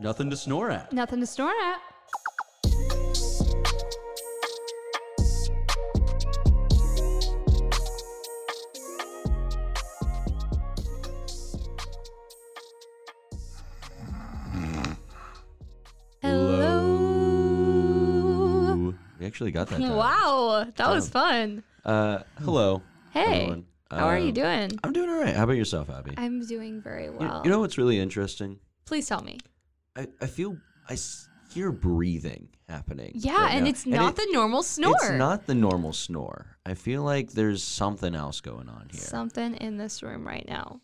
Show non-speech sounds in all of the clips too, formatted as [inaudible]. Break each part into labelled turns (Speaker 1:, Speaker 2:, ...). Speaker 1: Nothing to snore at.
Speaker 2: Nothing to snore at. Hello.
Speaker 1: Ooh, we actually got
Speaker 2: [laughs]
Speaker 1: that. down.
Speaker 2: Wow, that was
Speaker 1: Damn.
Speaker 2: fun.
Speaker 1: Uh, hello.
Speaker 2: Hey,
Speaker 1: everyone.
Speaker 2: how are you
Speaker 1: Um,
Speaker 2: doing?
Speaker 1: I'm doing all right. How about yourself, Abby?
Speaker 2: I'm doing very
Speaker 1: You-
Speaker 2: well.
Speaker 1: you, know what's really interesting?
Speaker 2: please tell me.
Speaker 1: I, I feel I s- hear breathing happening.
Speaker 2: Yeah,
Speaker 1: right
Speaker 2: and
Speaker 1: now.
Speaker 2: it's not
Speaker 1: it-
Speaker 2: the normal snore.
Speaker 1: It's not the normal snore. I feel like there's something else going on here.
Speaker 2: Something in this room right now.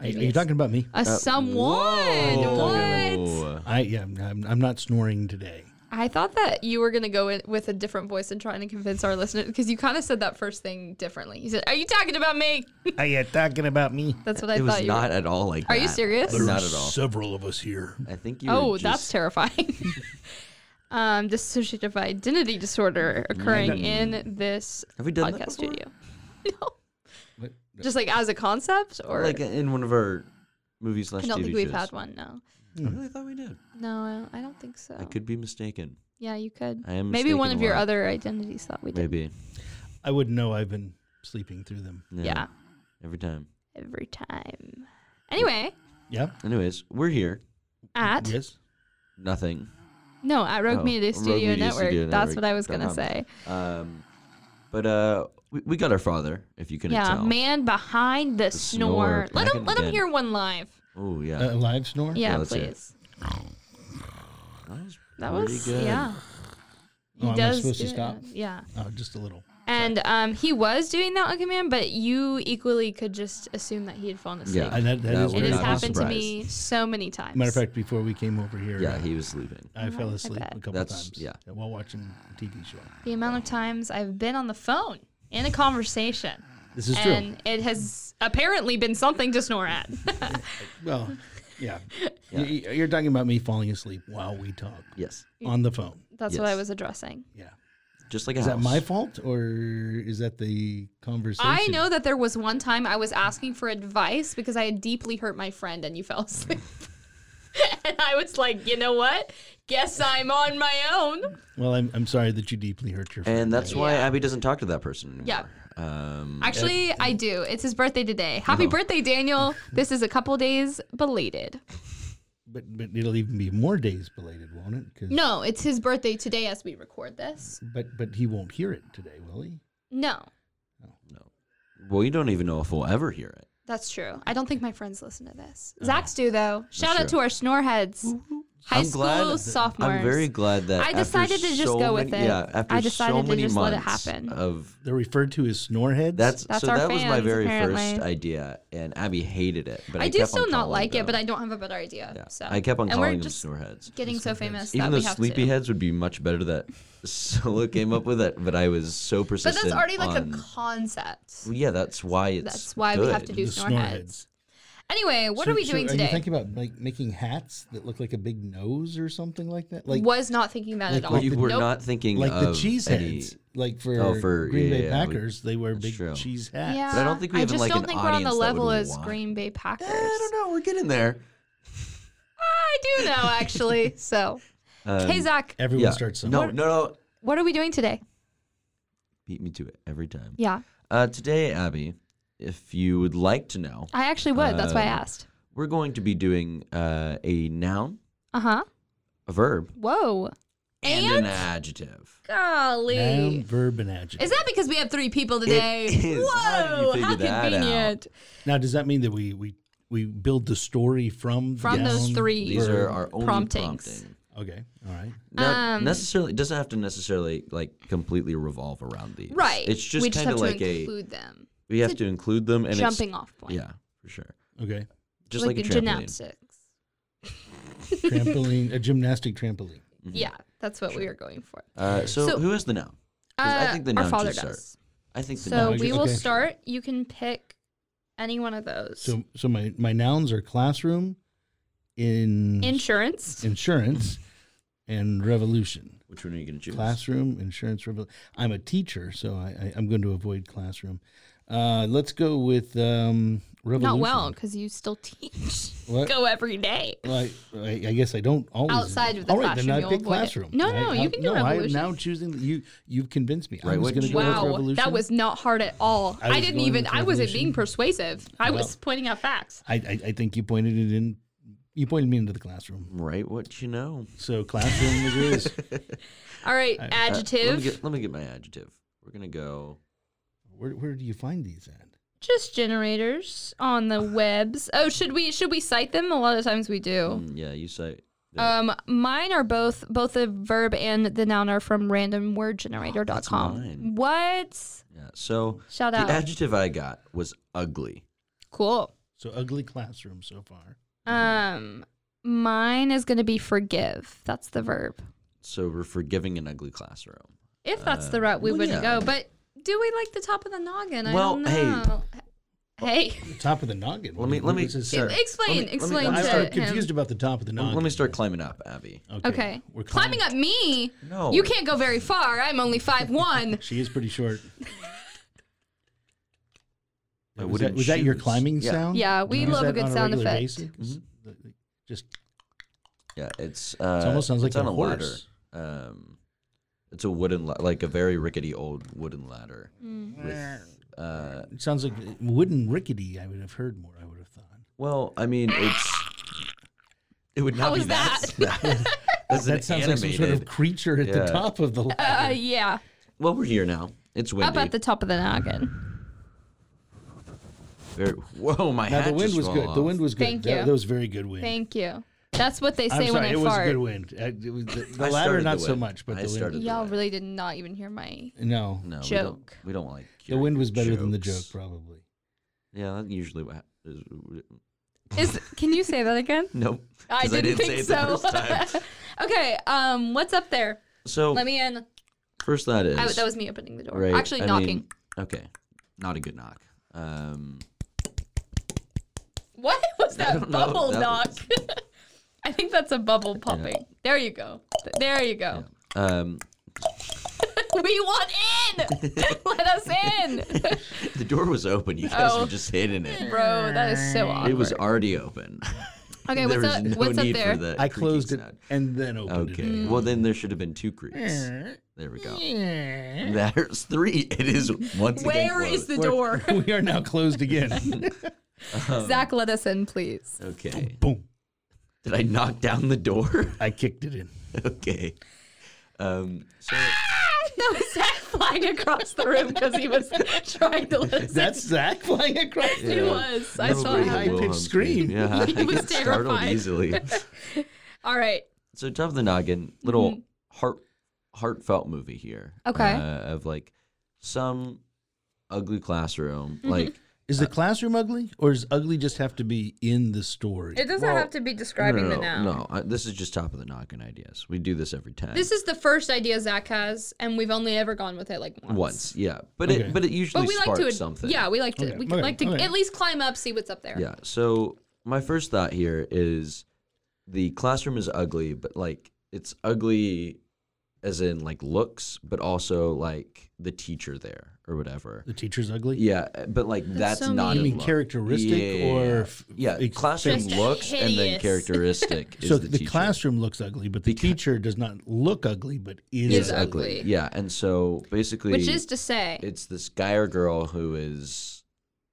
Speaker 3: Are, are you talking about me?
Speaker 2: A
Speaker 1: Uh,
Speaker 2: someone. What?
Speaker 1: whoa.
Speaker 3: I yeah, I'm, I'm not snoring today.
Speaker 2: I thought that you were gonna go in with a different voice and trying to convince our listeners because you kind of said that first thing differently. You said, "Are you talking about me?"
Speaker 3: [laughs] Are you talking about me?
Speaker 2: That's what I
Speaker 1: it
Speaker 2: thought
Speaker 1: was
Speaker 2: you.
Speaker 1: not
Speaker 2: were.
Speaker 1: at all like
Speaker 2: Are you
Speaker 1: that.
Speaker 2: serious?
Speaker 1: Not at all.
Speaker 3: Several of us here.
Speaker 1: I think you. were
Speaker 2: Oh, that's
Speaker 1: just- [laughs]
Speaker 2: terrifying. um, dissociative identity disorder occurring in this
Speaker 1: Have we done that
Speaker 2: podcast
Speaker 1: before?
Speaker 2: studio. [laughs] No, just like as a concept, or
Speaker 1: like in one of our movies slash
Speaker 2: I don't
Speaker 1: TV
Speaker 2: think we've
Speaker 1: shows.
Speaker 2: had one. No,
Speaker 1: I really thought we did.
Speaker 2: no, I don't- I don't think so.
Speaker 1: I could be mistaken.
Speaker 2: Yeah, you could.
Speaker 1: I am
Speaker 2: Maybe one
Speaker 1: mistaken
Speaker 2: of
Speaker 1: a
Speaker 2: your
Speaker 1: lot.
Speaker 2: other identities thought we did.
Speaker 1: Maybe.
Speaker 3: I wouldn't know. I've been sleeping through them.
Speaker 2: yeah,
Speaker 1: Every time.
Speaker 2: every time. Anyway,
Speaker 3: Yeah.
Speaker 1: Anyways, we're here.
Speaker 2: at
Speaker 3: Yes.
Speaker 1: Nothing.
Speaker 2: No, at Rogue
Speaker 1: Oh,
Speaker 2: Media
Speaker 1: Rogue
Speaker 2: Studio
Speaker 1: Media
Speaker 2: Network.
Speaker 1: Studio
Speaker 2: That's
Speaker 1: Network
Speaker 2: what I was
Speaker 1: dot
Speaker 2: gonna
Speaker 1: com.
Speaker 2: say.
Speaker 1: Um, but uh, we, we got our father. If you couldn't
Speaker 2: Yeah,
Speaker 1: tell.
Speaker 2: man behind the,
Speaker 1: snore
Speaker 2: snore. Let
Speaker 1: back
Speaker 2: him
Speaker 1: and
Speaker 2: let him
Speaker 1: again.
Speaker 2: hear one live.
Speaker 1: Oh yeah.
Speaker 3: A live snore.
Speaker 2: Yeah,
Speaker 1: let's hear it.
Speaker 2: please.
Speaker 1: that was
Speaker 2: That
Speaker 1: pretty
Speaker 2: was
Speaker 1: good.
Speaker 2: yeah.
Speaker 3: Oh, am I supposed to
Speaker 2: do it.
Speaker 3: stop?
Speaker 2: Yeah.
Speaker 3: Oh, just a little.
Speaker 2: And um, he was doing that on command, but you equally could just assume that he had fallen asleep.
Speaker 1: Yeah.
Speaker 3: I, that, that
Speaker 1: That
Speaker 3: is
Speaker 1: would We're
Speaker 2: It
Speaker 3: very
Speaker 2: has
Speaker 1: not
Speaker 2: happened to
Speaker 1: surprised.
Speaker 2: me so many times.
Speaker 3: Matter of fact, before we came over here,
Speaker 1: Yeah,
Speaker 3: uh,
Speaker 1: he was sleeping.
Speaker 3: I fell
Speaker 2: Oh, I
Speaker 3: asleep
Speaker 2: bet.
Speaker 3: a couple
Speaker 1: That's-
Speaker 3: times.
Speaker 1: yeah.
Speaker 3: While watching a TV show.
Speaker 2: the amount of times I've been on the phone in a conversation,
Speaker 3: This is true.
Speaker 2: and it has apparently been something to snore at. [laughs]
Speaker 3: Well, yeah. You- you- You're talking about me falling asleep while we talk
Speaker 1: Yes.
Speaker 3: on the phone.
Speaker 2: That's what I
Speaker 1: Yes.
Speaker 2: was addressing.
Speaker 3: Yeah.
Speaker 1: Just like a
Speaker 3: Is
Speaker 1: house.
Speaker 3: that my fault or is that the conversation?
Speaker 2: I know that there was one time I was asking for advice because I had deeply hurt my friend and you fell asleep. [laughs] and I was like, you know what? Guess I'm on my own.
Speaker 3: Well, I'm, I'm sorry that you deeply hurt your friend.
Speaker 1: And that's why Abby doesn't talk to that person
Speaker 2: Yeah.
Speaker 1: anymore. Um,
Speaker 2: Actually, I do. It's his birthday today. Happy birthday, Daniel. This is a couple days belated.
Speaker 3: But, but it'll even be more days belated, won't it? 'Cause-
Speaker 2: No, it's his birthday today as we record this.
Speaker 3: But but he won't hear it today, will he?
Speaker 2: No,
Speaker 1: well, you don't even know if we'll ever hear it.
Speaker 2: that's true. I don't think my friends listen to this. Zach's do, though. Shout
Speaker 1: true.
Speaker 2: out to our snoreheads. High
Speaker 1: I'm
Speaker 2: school
Speaker 1: glad-
Speaker 2: sophomores.
Speaker 1: I'm very glad that
Speaker 2: I
Speaker 1: after
Speaker 2: decided to just
Speaker 1: so
Speaker 2: go with
Speaker 1: many-
Speaker 2: it.
Speaker 1: Yeah, after
Speaker 2: I decided
Speaker 1: so
Speaker 2: to
Speaker 1: many
Speaker 2: just let it
Speaker 1: months
Speaker 2: happen.
Speaker 1: Of
Speaker 3: They're referred to as snoreheads.
Speaker 1: that's,
Speaker 2: That's
Speaker 1: so
Speaker 2: our
Speaker 1: that was my
Speaker 2: fans,
Speaker 1: very first
Speaker 2: apparently.
Speaker 1: idea, and Abby hated it. But I,
Speaker 2: I do
Speaker 1: kept on
Speaker 2: still not
Speaker 1: calling
Speaker 2: like it,
Speaker 1: them.
Speaker 2: but I don't have a better idea.
Speaker 1: Yeah.
Speaker 2: So
Speaker 1: I kept on
Speaker 2: and
Speaker 1: calling
Speaker 2: we're
Speaker 1: them
Speaker 2: just
Speaker 1: snoreheads.
Speaker 2: getting so famous
Speaker 1: Even
Speaker 2: that
Speaker 1: though
Speaker 2: we have to.
Speaker 1: sleepyheads would be much better that [laughs] Solo came up with it, but I was so
Speaker 2: But
Speaker 1: persistent.
Speaker 2: that's already like
Speaker 1: on-
Speaker 2: a concept.
Speaker 1: Well, yeah, that's why it's.
Speaker 2: That's why we have to
Speaker 1: good. [laughs]
Speaker 2: do
Speaker 3: The
Speaker 2: snore
Speaker 3: snore
Speaker 2: heads. Anyway, what
Speaker 3: So-
Speaker 2: are we
Speaker 3: so
Speaker 2: doing
Speaker 3: Are
Speaker 2: today?
Speaker 3: you thinking about like making hats that look like a big nose or something like that? Like
Speaker 2: Was not thinking that
Speaker 3: Like
Speaker 2: at all.
Speaker 1: Well, you were
Speaker 2: Nope.
Speaker 1: not thinking
Speaker 3: like the
Speaker 1: of
Speaker 3: cheese
Speaker 1: any-
Speaker 3: heads. Like for,
Speaker 1: Oh, for-
Speaker 3: Green
Speaker 1: yeah,
Speaker 3: Bay
Speaker 1: yeah, we-
Speaker 3: Packers, they wear big
Speaker 1: true.
Speaker 3: cheese hats.
Speaker 2: Yeah,
Speaker 1: But I don't think we have,
Speaker 2: just
Speaker 1: like,
Speaker 2: don't
Speaker 1: an
Speaker 2: think we're on the
Speaker 1: audience that would
Speaker 2: level as
Speaker 1: want-
Speaker 2: Green Bay Packers.
Speaker 1: [laughs] Eh, I don't know. We're getting there.
Speaker 2: I do know
Speaker 1: [laughs]
Speaker 2: actually. So, hey Zach,
Speaker 1: Um,
Speaker 3: Everyone
Speaker 1: yeah.
Speaker 3: starts
Speaker 1: No, no, no.
Speaker 2: what are we doing today?
Speaker 1: Beat me to it every time.
Speaker 2: Yeah,
Speaker 1: Uh, today, Abby, if you would like to know,
Speaker 2: I actually would. That's why I
Speaker 1: Uh,
Speaker 2: asked.
Speaker 1: we're going to be doing uh, a noun,
Speaker 2: Uh huh.
Speaker 1: a verb,
Speaker 2: Whoa.
Speaker 1: and, an adjective.
Speaker 2: Golly.
Speaker 3: Noun, verb, and adjective.
Speaker 2: Is that because we have three people today?
Speaker 1: is. How did you
Speaker 2: Whoa, how,
Speaker 1: figure that out?
Speaker 2: convenient.
Speaker 3: now, does that mean that we we we build the story from
Speaker 2: From
Speaker 3: the
Speaker 2: those
Speaker 3: noun,
Speaker 2: three.
Speaker 1: These are
Speaker 3: verb?
Speaker 1: our only
Speaker 2: Promptings.
Speaker 1: prompting.
Speaker 3: okay. All right.
Speaker 1: Not
Speaker 2: Um,
Speaker 1: necessarily it doesn't have to necessarily like completely revolve around these.
Speaker 2: Right.
Speaker 1: It's just
Speaker 2: we just
Speaker 1: kind
Speaker 2: have
Speaker 1: of like
Speaker 2: to
Speaker 1: a
Speaker 2: include them.
Speaker 1: we have to include them and
Speaker 2: Jumping off point.
Speaker 1: It's, yeah, for sure.
Speaker 3: Okay.
Speaker 1: Just like,
Speaker 2: the
Speaker 1: a trampoline.
Speaker 2: gymnastics.
Speaker 3: Trampoline, a gymnastic trampoline.
Speaker 1: Mm-hmm.
Speaker 2: Yeah, that's what we were going for.
Speaker 1: Uh, so,
Speaker 2: So-
Speaker 1: who is the noun? 'Cause I think the
Speaker 2: our
Speaker 1: noun
Speaker 2: father
Speaker 1: should start.
Speaker 2: does.
Speaker 1: I think the
Speaker 2: So
Speaker 1: noun.
Speaker 3: No,
Speaker 2: we
Speaker 3: you-
Speaker 2: will
Speaker 3: okay.
Speaker 2: start. You can pick any one of those.
Speaker 3: So so my my nouns are classroom, in
Speaker 2: Insurance. [laughs]
Speaker 3: insurance, and revolution.
Speaker 1: Which one are you going to choose?
Speaker 3: Classroom, insurance, revolution. I'm a teacher, so I, I I'm going to avoid classroom. Uh, let's go with um,
Speaker 2: Not
Speaker 3: revolution.
Speaker 2: well, because you still teach.
Speaker 3: What?
Speaker 2: Go every day.
Speaker 3: Well, I, I, I guess I don't always
Speaker 2: Outside of the
Speaker 3: All right, then
Speaker 2: classroom,
Speaker 3: I
Speaker 2: you'll
Speaker 3: pick
Speaker 2: avoid it.
Speaker 3: classroom.
Speaker 2: No,
Speaker 3: I-
Speaker 2: no,
Speaker 3: I-
Speaker 2: you can do
Speaker 3: no,
Speaker 2: revolution.
Speaker 3: I'm now choosing you. You've convinced me.
Speaker 1: Right,
Speaker 3: I'm just
Speaker 1: what
Speaker 3: going to
Speaker 1: did
Speaker 3: go
Speaker 1: you-
Speaker 3: with
Speaker 2: Wow,
Speaker 3: revolution.
Speaker 2: that was not hard at all. I,
Speaker 3: I was
Speaker 2: didn't
Speaker 3: going
Speaker 2: even.
Speaker 3: with
Speaker 2: I wasn't being
Speaker 3: revolution.
Speaker 2: persuasive. I was
Speaker 3: Well.
Speaker 2: pointing out facts.
Speaker 3: I, I I think you pointed it in. You pointed me into the classroom.
Speaker 1: Right, what you know.
Speaker 3: So classroom it is.
Speaker 2: All right,
Speaker 1: Uh, let, me
Speaker 2: adjective.
Speaker 1: get, let me get my adjective. We're going to go
Speaker 3: [laughs] Where where do you find these at?
Speaker 2: Just generators on
Speaker 3: [sighs]
Speaker 2: the webs. Oh, should we should we cite them? A lot of times we do.
Speaker 1: Mm, Yeah, you say
Speaker 2: Um, mine are both both the verb and the noun are from randomwordgenerator.com.
Speaker 1: mine.
Speaker 2: What?
Speaker 1: yeah. So
Speaker 2: Shout
Speaker 1: the
Speaker 2: out.
Speaker 1: adjective I got was ugly.
Speaker 2: Cool.
Speaker 3: So ugly classroom so far.
Speaker 2: Um, mine is going to be forgive. That's the verb.
Speaker 1: So we're forgiving an ugly classroom.
Speaker 2: If that's the route we
Speaker 1: well,
Speaker 2: wouldn't
Speaker 1: yeah.
Speaker 2: go, but do we like the top of the noggin? I
Speaker 1: Well,
Speaker 2: don't
Speaker 1: hey.
Speaker 2: know. [laughs] Hey,
Speaker 3: The top of the noggin.
Speaker 1: Let me- let me-
Speaker 3: This is-
Speaker 1: sure. Let me-
Speaker 2: explain,
Speaker 1: let me-
Speaker 2: explain
Speaker 3: I,
Speaker 1: let me-
Speaker 2: to
Speaker 3: I'm
Speaker 2: him.
Speaker 3: confused about the top of the noggin.
Speaker 1: Let me start climbing up, Abby.
Speaker 2: Okay,
Speaker 3: We're
Speaker 2: climbing up me.
Speaker 1: No.
Speaker 2: you can't go very far. I'm only five
Speaker 3: [laughs]
Speaker 2: one.
Speaker 3: She is
Speaker 2: [laughs]
Speaker 3: pretty short.
Speaker 1: I
Speaker 3: was
Speaker 1: wouldn't
Speaker 3: that, was that your
Speaker 1: choose.
Speaker 3: climbing
Speaker 1: Yeah. Mm-hmm.
Speaker 3: sound?
Speaker 2: Yeah, we
Speaker 3: Use
Speaker 2: love a
Speaker 3: that
Speaker 2: good
Speaker 3: on
Speaker 2: sound
Speaker 3: regular
Speaker 2: effect.
Speaker 3: basis? The- the- Just
Speaker 1: Yeah, it's uh,
Speaker 3: almost sounds like
Speaker 1: it's on
Speaker 3: a
Speaker 1: a
Speaker 3: horse.
Speaker 1: ladder. Um, it's a wooden la- like a very rickety old wooden ladder.
Speaker 2: Mm.
Speaker 1: With, uh,
Speaker 3: it sounds like wooden rickety. I would have heard more. I would have thought.
Speaker 1: well, I mean, it's it would
Speaker 2: How
Speaker 1: not be
Speaker 2: was
Speaker 1: that. [laughs]
Speaker 3: [laughs]
Speaker 1: that. That's an
Speaker 3: That sounds
Speaker 1: animated.
Speaker 3: like some sort of creature at the
Speaker 1: Yeah.
Speaker 3: top of the
Speaker 2: Uh,
Speaker 3: ladder.
Speaker 2: yeah,
Speaker 1: Well, we're here now. It's windy.
Speaker 2: up at the top of the noggin.
Speaker 1: Very, whoa, my
Speaker 3: now
Speaker 1: hat
Speaker 3: the wind
Speaker 1: just
Speaker 3: was
Speaker 1: fell
Speaker 3: good. The
Speaker 1: off.
Speaker 3: wind was good.
Speaker 2: Thank
Speaker 3: that,
Speaker 2: you.
Speaker 3: that was very good wind.
Speaker 2: Thank you. That's what they
Speaker 3: I'm
Speaker 2: say when
Speaker 3: sorry,
Speaker 2: I
Speaker 3: it was a
Speaker 2: fart.
Speaker 3: good wind. I- it was- the the
Speaker 1: I
Speaker 3: ladder,
Speaker 1: started
Speaker 3: not
Speaker 1: the
Speaker 3: so
Speaker 1: wind.
Speaker 3: much, but
Speaker 1: I
Speaker 3: the
Speaker 1: started
Speaker 3: wind.
Speaker 1: the
Speaker 2: Y'all
Speaker 1: wind.
Speaker 2: really did not even hear my.
Speaker 3: No,
Speaker 1: no we don't-
Speaker 2: joke.
Speaker 1: We don't, like
Speaker 3: the
Speaker 1: hearing
Speaker 3: wind was better than the joke,
Speaker 1: jokes.
Speaker 3: probably.
Speaker 1: Yeah, that usually what happens.
Speaker 2: [laughs] Is can you say that again?
Speaker 1: Nope.
Speaker 2: I
Speaker 1: 'cause
Speaker 2: didn't,
Speaker 1: didn't
Speaker 2: think
Speaker 1: say it the
Speaker 2: so.
Speaker 1: first
Speaker 2: [laughs]
Speaker 1: time.
Speaker 2: okay, um, what's up there?
Speaker 1: So
Speaker 2: Let me in.
Speaker 1: first that is
Speaker 2: I, that was me opening the door.
Speaker 1: Right.
Speaker 2: Actually,
Speaker 1: I
Speaker 2: knocking.
Speaker 1: mean, okay. Not a good knock. Um,
Speaker 2: [laughs] what was
Speaker 1: I
Speaker 2: that
Speaker 1: don't know.
Speaker 2: bubble
Speaker 1: That
Speaker 2: knock? [laughs] I think that's a bubble popping. There you go. There you
Speaker 3: Oh.
Speaker 2: go.
Speaker 1: um, [laughs]
Speaker 2: [laughs] We want in. [laughs] Let us in, [laughs]
Speaker 1: the door was open. You guys
Speaker 2: Oh.
Speaker 1: were just hitting
Speaker 2: [laughs]
Speaker 1: it.
Speaker 2: bro. That is so awkward.
Speaker 1: It was already open. [laughs]
Speaker 2: okay.
Speaker 1: there
Speaker 2: What's
Speaker 1: was
Speaker 2: up?
Speaker 1: no
Speaker 2: what's up
Speaker 1: need
Speaker 2: there?
Speaker 1: for that.
Speaker 3: I
Speaker 1: creaking
Speaker 3: closed it
Speaker 1: sound.
Speaker 3: and then opened
Speaker 1: Okay.
Speaker 3: it.
Speaker 1: Well, then there should have been two creaks.
Speaker 2: Mm.
Speaker 1: There we go. There's three. [laughs] It is once again.
Speaker 2: Where is the
Speaker 1: closed.
Speaker 2: door?
Speaker 3: [laughs] we are now closed
Speaker 1: [laughs]
Speaker 3: again.
Speaker 2: [laughs] Zach, let us in, please. [laughs]
Speaker 1: Okay.
Speaker 3: Boom.
Speaker 1: Did I knock down the door? [laughs]
Speaker 3: I kicked it in.
Speaker 1: okay. Um, so
Speaker 2: That was Zach flying across the room because he was [laughs]
Speaker 1: [laughs]
Speaker 2: trying to let us
Speaker 3: That's Zach flying across the
Speaker 2: in. He
Speaker 1: Yeah.
Speaker 2: was. I
Speaker 1: no way
Speaker 2: saw
Speaker 3: pretty
Speaker 2: him.
Speaker 3: high-pitched
Speaker 1: Wilhelm
Speaker 3: scream.
Speaker 1: Yeah,
Speaker 2: [laughs] He
Speaker 1: I
Speaker 2: was
Speaker 1: get startled
Speaker 2: terrified. [laughs]
Speaker 1: easily.
Speaker 2: All right.
Speaker 1: So top of the noggin, little heart heartfelt movie here.
Speaker 2: Mm-hmm. Okay.
Speaker 1: uh, of like some ugly classroom,
Speaker 2: Mm-hmm.
Speaker 1: like
Speaker 3: Is the classroom ugly, or does ugly just have to be in the story?
Speaker 2: It doesn't have to be
Speaker 1: no, no,
Speaker 2: describing the
Speaker 1: no,
Speaker 2: noun.
Speaker 1: no. I, this is just top of the noggin ideas. We do this every time.
Speaker 2: This is the first idea Zach has, and we've only ever gone with it like once.
Speaker 1: once, yeah, but
Speaker 3: Okay.
Speaker 1: it but it usually
Speaker 2: But we like
Speaker 1: sparks
Speaker 2: to,
Speaker 1: something.
Speaker 2: yeah, we like to,
Speaker 3: Okay,
Speaker 2: we
Speaker 3: okay,
Speaker 2: like to
Speaker 3: okay.
Speaker 2: at least climb up, see what's up there.
Speaker 1: yeah. So my first thought here is the classroom is ugly, but like it's ugly as in like looks, but also like the teacher there or whatever.
Speaker 3: The teacher's ugly.
Speaker 1: Yeah, but like that's,
Speaker 2: so
Speaker 1: not.
Speaker 2: mean.
Speaker 1: a
Speaker 2: You
Speaker 3: mean
Speaker 1: look.
Speaker 3: characteristic or f-
Speaker 1: yeah,
Speaker 3: ex-
Speaker 1: classroom
Speaker 2: Just
Speaker 1: looks and then
Speaker 2: hideous.
Speaker 1: characteristic
Speaker 3: [laughs]
Speaker 1: is
Speaker 3: So
Speaker 1: the,
Speaker 3: the,
Speaker 1: teacher.
Speaker 3: classroom looks ugly, but the
Speaker 1: Beca-
Speaker 3: teacher does not look ugly, but is,
Speaker 2: Is
Speaker 1: is
Speaker 3: ugly.
Speaker 1: ugly.
Speaker 2: ugly.
Speaker 1: Yeah, and so basically,
Speaker 2: Which is to say,
Speaker 1: it's this guy or girl who is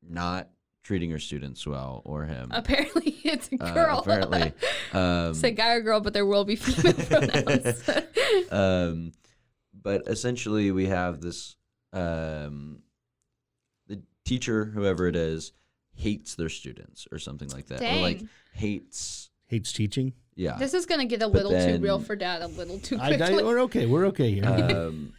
Speaker 1: not treating her students well or him.
Speaker 2: apparently [laughs] it's a
Speaker 1: Uh,
Speaker 2: girl. [laughs]
Speaker 1: apparently, um,
Speaker 2: it's a guy or girl, but there will
Speaker 1: [laughs]
Speaker 2: be [laughs] female pronouns.
Speaker 1: um, but essentially we have this um, the teacher whoever it is hates their students or something like that or like
Speaker 2: Dang.
Speaker 1: hates
Speaker 2: [laughs]
Speaker 3: Hates teaching.
Speaker 1: yeah
Speaker 2: this is gonna get a
Speaker 1: But
Speaker 2: little
Speaker 1: then-
Speaker 2: too real for dad. A little too
Speaker 3: I,
Speaker 2: quickly.
Speaker 3: I, we're okay. We're okay here.
Speaker 1: um,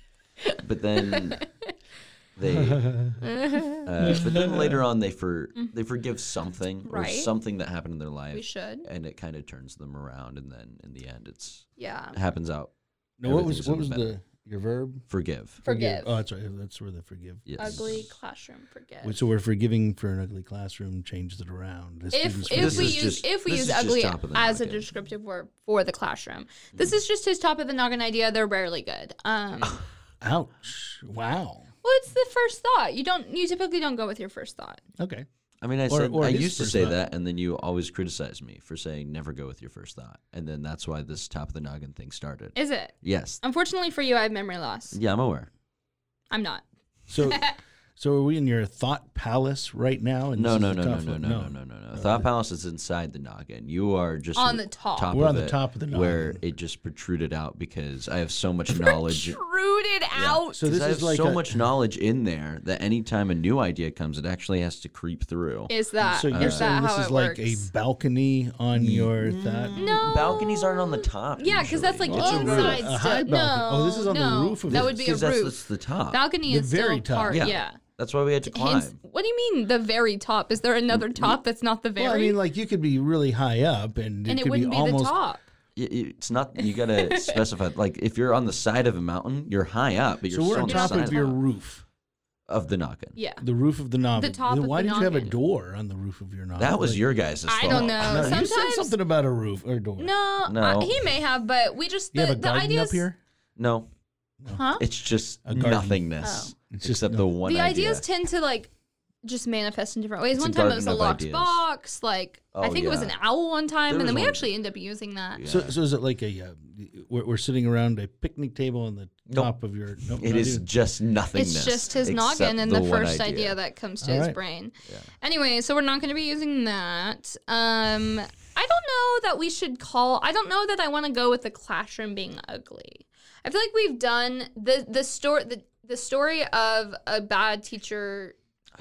Speaker 1: but then
Speaker 2: [laughs]
Speaker 1: they uh, but
Speaker 2: [laughs]
Speaker 1: then later on they for they forgive something or
Speaker 2: Right.
Speaker 1: something that happened in their life
Speaker 2: we should.
Speaker 1: and it kind of turns them around and then in the end it's
Speaker 2: Yeah.
Speaker 1: it happens out
Speaker 3: no, what
Speaker 1: everything
Speaker 3: was
Speaker 1: was
Speaker 3: what was
Speaker 1: better.
Speaker 3: the your verb?
Speaker 1: forgive
Speaker 2: Forgive.
Speaker 3: Oh, that's right. That's where the forgive.
Speaker 1: yes.
Speaker 2: Ugly classroom. Forgive.
Speaker 3: So we're forgiving for an ugly classroom. Changed it around. The students
Speaker 2: if if
Speaker 3: forgive.
Speaker 2: we
Speaker 1: is
Speaker 2: use
Speaker 1: just-
Speaker 2: if we
Speaker 1: this
Speaker 2: use
Speaker 1: is just
Speaker 2: ugly
Speaker 1: top of the
Speaker 2: as a
Speaker 1: noggin.
Speaker 2: descriptive word for the classroom,
Speaker 3: Mm-hmm.
Speaker 2: this is just his top of the noggin idea. They're rarely good. Um, [laughs] well,
Speaker 3: ouch, wow.
Speaker 2: it's the first thought. You don't you typically don't go with your first thought.
Speaker 3: Okay.
Speaker 1: I mean, I
Speaker 3: Or-
Speaker 1: said
Speaker 3: or
Speaker 1: I
Speaker 3: his
Speaker 1: used to
Speaker 3: first
Speaker 1: say
Speaker 3: thought.
Speaker 1: that, and then you always criticize me for saying never go with your first thought, and then that's why this top of the noggin thing started.
Speaker 2: Is it?
Speaker 1: yes,
Speaker 2: Unfortunately for you, I have memory loss.
Speaker 1: yeah, I'm aware.
Speaker 2: I'm not. [laughs]
Speaker 3: So, so are we in your thought palace right
Speaker 1: No,
Speaker 3: now? this
Speaker 1: no,
Speaker 3: is
Speaker 1: no,
Speaker 3: a
Speaker 1: no,
Speaker 3: tough
Speaker 1: no, no,
Speaker 3: one?
Speaker 1: no, no, no, no. Thought palace is inside the noggin. You are just
Speaker 2: On the top.
Speaker 3: We're
Speaker 1: of
Speaker 3: on the
Speaker 1: it,
Speaker 3: top of the
Speaker 1: where
Speaker 3: noggin.
Speaker 1: it just protruded out because I have so much [laughs]
Speaker 3: [laughs]
Speaker 1: knowledge.
Speaker 2: Protruded out.
Speaker 3: So
Speaker 1: 'Cause
Speaker 3: this
Speaker 1: I have
Speaker 3: is like
Speaker 1: so
Speaker 3: a-
Speaker 1: much knowledge in there that anytime a new idea comes, it actually has to creep through.
Speaker 2: Is that
Speaker 3: So you're
Speaker 2: is
Speaker 3: saying
Speaker 2: that
Speaker 3: this
Speaker 2: Uh, how
Speaker 3: is
Speaker 2: it
Speaker 3: like
Speaker 2: works? Mm,
Speaker 3: a balcony on your thought?
Speaker 2: no.
Speaker 1: Balconies aren't on the top.
Speaker 2: Yeah, because that's like
Speaker 1: usually.
Speaker 3: It's a roof.
Speaker 2: inside
Speaker 3: A high
Speaker 2: stuff.
Speaker 3: balcony.
Speaker 2: No.
Speaker 3: Oh, this is on the
Speaker 2: no.
Speaker 3: roof of
Speaker 2: That
Speaker 3: it.
Speaker 2: would be a
Speaker 1: 'Cause that's,
Speaker 2: roof.
Speaker 1: that's the top.
Speaker 2: Balcony
Speaker 3: The
Speaker 2: is
Speaker 3: very
Speaker 2: still
Speaker 3: top.
Speaker 2: part.
Speaker 1: yeah.
Speaker 2: yeah.
Speaker 1: that's why we had to climb.
Speaker 2: Hence- what do you mean the very top? Is there another top that's not the very?
Speaker 3: Mm, Well, I mean, like you could be really high up, and it
Speaker 2: and it,
Speaker 3: could
Speaker 2: wouldn't
Speaker 3: be
Speaker 2: be,
Speaker 3: almost
Speaker 2: the top.
Speaker 1: Y- y- It's not you gotta
Speaker 2: [laughs]
Speaker 1: specify. Like if you're on the side of a mountain, you're high up, but you're
Speaker 3: So we're
Speaker 1: still
Speaker 3: on
Speaker 1: the
Speaker 3: top
Speaker 1: side
Speaker 3: of your
Speaker 1: the-
Speaker 3: roof,
Speaker 1: of the noggin.
Speaker 2: Yeah.
Speaker 3: the roof of the knob.
Speaker 2: top of
Speaker 3: Then why
Speaker 2: the
Speaker 3: did you have a
Speaker 2: noggin.
Speaker 3: door on the roof of your knob?
Speaker 1: That was
Speaker 3: Like-
Speaker 1: your guys' fault.
Speaker 2: I don't know.
Speaker 3: No, you said
Speaker 2: Sometimes-
Speaker 3: something about a roof or door.
Speaker 2: No,
Speaker 1: No.
Speaker 2: I- he may have, but we just
Speaker 3: you
Speaker 2: the,
Speaker 3: have a
Speaker 2: the
Speaker 3: garden
Speaker 2: idea
Speaker 3: up here.
Speaker 1: No,
Speaker 2: huh? Oh.
Speaker 1: it's just
Speaker 3: A garden.
Speaker 1: nothingness.
Speaker 3: It's just
Speaker 1: except the
Speaker 3: nothing.
Speaker 1: one
Speaker 2: The
Speaker 1: idea.
Speaker 2: ideas tend to like just manifest in different ways.
Speaker 1: It's a
Speaker 2: one time it was
Speaker 1: garden
Speaker 2: a
Speaker 1: of
Speaker 2: locked
Speaker 1: ideas.
Speaker 2: box. Like I
Speaker 1: Oh,
Speaker 2: think it was
Speaker 1: yeah.
Speaker 2: an owl one time,
Speaker 1: There
Speaker 2: and then
Speaker 1: was
Speaker 2: we
Speaker 1: one-
Speaker 2: actually end up using that.
Speaker 1: Yeah.
Speaker 3: So, so is it like a uh, we're, we're sitting around a picnic table on the
Speaker 1: Nope.
Speaker 3: top of your? Nope,
Speaker 1: It
Speaker 3: not
Speaker 1: is
Speaker 3: even.
Speaker 1: just nothingness.
Speaker 2: It's just his
Speaker 1: except
Speaker 2: noggin and the,
Speaker 1: one
Speaker 2: first idea. that comes to his
Speaker 3: Alright.
Speaker 2: brain. Anyway, so we're not going to be using that. Um, I don't know that we should call. I don't know that I want to go with the classroom being ugly. I feel like we've done the the story the, the story of a bad teacher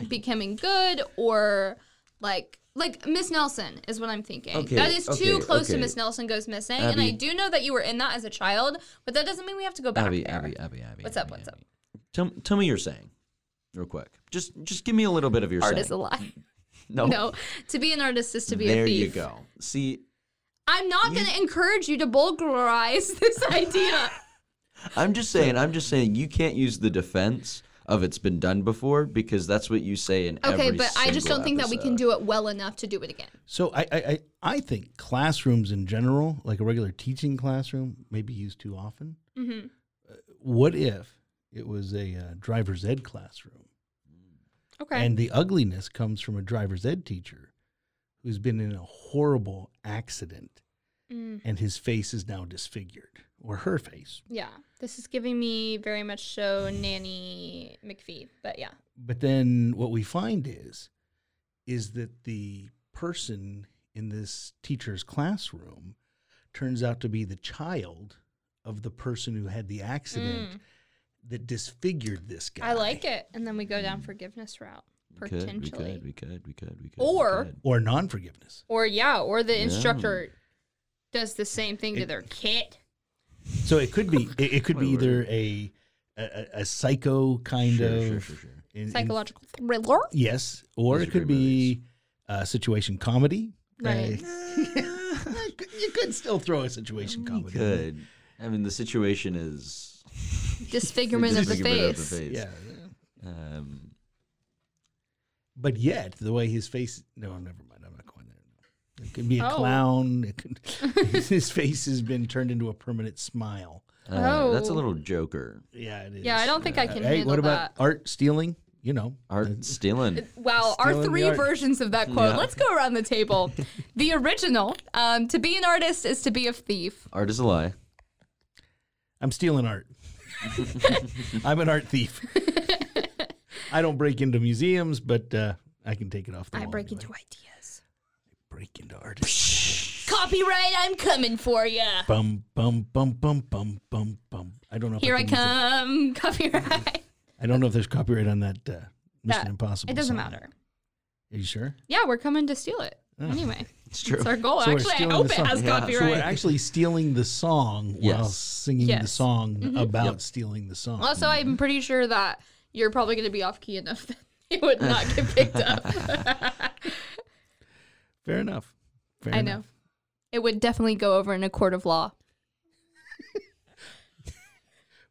Speaker 2: becoming good or like like Miss Nelson is what I'm thinking.
Speaker 1: Okay,
Speaker 2: that is too
Speaker 1: okay,
Speaker 2: close to
Speaker 1: okay.
Speaker 2: Miss Nelson goes missing, and I
Speaker 1: Abby.
Speaker 2: do know that you were in that as a child, but that doesn't mean we have to go back
Speaker 1: Abby,
Speaker 2: there.
Speaker 1: Abby, Abby, Abby.
Speaker 2: What's up,
Speaker 1: Abby,
Speaker 2: what's up?
Speaker 1: Abby. Tell, tell me you're saying, real quick. Just just give me a little bit of your
Speaker 2: Art
Speaker 1: saying.
Speaker 2: is a lie.
Speaker 1: no,
Speaker 2: No, to be an artist is to be
Speaker 1: Oh. there
Speaker 2: a thief.
Speaker 1: you go. See,
Speaker 2: I'm not going to encourage you to vulgarize [laughs] this idea.
Speaker 1: I'm just saying. I'm just saying. You can't use the defense of it's been done before because that's what you say in every.
Speaker 2: okay, but I just
Speaker 1: single
Speaker 2: don't think that we can
Speaker 1: episode.
Speaker 2: do it well enough to do it again.
Speaker 3: So I, I I I think classrooms in general, like a regular teaching classroom, may be used too often. Uh,
Speaker 2: Mm-hmm.
Speaker 3: What if it was a uh, driver's ed classroom,
Speaker 2: Okay.
Speaker 3: and the ugliness comes from a driver's ed teacher who's been in a horrible accident,
Speaker 2: Mm.
Speaker 3: and his face is now disfigured, or her face.
Speaker 2: yeah, this is giving me very much so Nanny McPhee, but yeah.
Speaker 3: But then what we find is is that the person in this teacher's classroom turns out to be the child of the person who had the accident that disfigured this guy.
Speaker 2: Mm. I like it. And then we go down forgiveness route,
Speaker 1: We could,
Speaker 2: potentially.
Speaker 1: We could. We could. We could. We could. we
Speaker 2: Or-
Speaker 1: could.
Speaker 3: Or non forgiveness.
Speaker 2: Or yeah, or the
Speaker 1: Yeah.
Speaker 2: instructor does the same thing to
Speaker 3: It-
Speaker 2: their kid.
Speaker 3: So it could be it, it could be
Speaker 1: Wait, wait,
Speaker 3: either a a, a- a psycho kind
Speaker 1: Sure,
Speaker 3: of
Speaker 1: sure, sure, sure.
Speaker 3: in- in-
Speaker 2: Psychological thriller.
Speaker 3: yes, or
Speaker 1: These
Speaker 3: it
Speaker 1: are
Speaker 3: could
Speaker 1: great
Speaker 3: be a situation comedy.
Speaker 2: Right.
Speaker 3: Uh, [laughs] you could still throw a situation
Speaker 1: We
Speaker 3: comedy. in there.
Speaker 1: could. I mean, the situation is [laughs]
Speaker 2: Disfigurement of the
Speaker 1: disfigurement
Speaker 2: face.
Speaker 3: Yeah. yeah.
Speaker 1: Um,
Speaker 3: But yet, the way his face. No, never mind. I'm not going there. It could be a
Speaker 2: Oh. [laughs]
Speaker 3: [laughs] clown. It could, his face has been turned into a permanent smile.
Speaker 1: Uh, That's a
Speaker 2: Oh.
Speaker 1: little joker.
Speaker 3: Yeah, it is.
Speaker 2: Yeah, I don't think I can
Speaker 3: Hey,
Speaker 2: handle
Speaker 3: what about
Speaker 2: that.
Speaker 3: art stealing? You know,
Speaker 1: Art stealing.
Speaker 2: Wow,
Speaker 3: Still
Speaker 2: our
Speaker 3: in
Speaker 2: three
Speaker 3: the art-
Speaker 2: versions of that quote.
Speaker 1: Yeah.
Speaker 2: Let's go around the table. [laughs] the original um, To be an artist is to be a thief.
Speaker 1: Art is a lie.
Speaker 3: I'm stealing art. I'm an
Speaker 2: [laughs]
Speaker 3: art thief. I don't break into museums, but uh, I can take it off the
Speaker 2: I
Speaker 3: wall
Speaker 2: break
Speaker 3: anyway.
Speaker 2: into ideas.
Speaker 3: break into
Speaker 2: [laughs]
Speaker 3: artists.
Speaker 2: Copyright, I'm coming for you.
Speaker 3: bum bum bum bum bum bum bum. I don't know. If
Speaker 2: Here I
Speaker 3: can use it.
Speaker 2: come. [laughs] Copyright.
Speaker 3: I don't know if there's copyright on that uh, Mission
Speaker 2: That-
Speaker 3: Impossible.
Speaker 2: It doesn't
Speaker 3: song.
Speaker 2: matter.
Speaker 3: Are you sure?
Speaker 2: Yeah, we're coming to steal it. Anyway,
Speaker 1: It's true.
Speaker 2: it's our goal.
Speaker 3: So we're
Speaker 2: Actually,
Speaker 3: stealing
Speaker 2: I hope
Speaker 3: the
Speaker 2: it
Speaker 3: song.
Speaker 2: has
Speaker 1: Yeah.
Speaker 3: So we're
Speaker 2: copyright.
Speaker 3: actually stealing the song while
Speaker 1: Yes.
Speaker 3: singing the
Speaker 2: Yes. Mm-hmm.
Speaker 3: song about stealing the song.
Speaker 2: also, I'm pretty sure that you're probably going to be off key enough [laughs] that it would not get picked up.
Speaker 3: Fair enough.
Speaker 2: [laughs]
Speaker 3: Fair
Speaker 2: I know.
Speaker 3: enough.
Speaker 2: It would definitely go over in a court of law.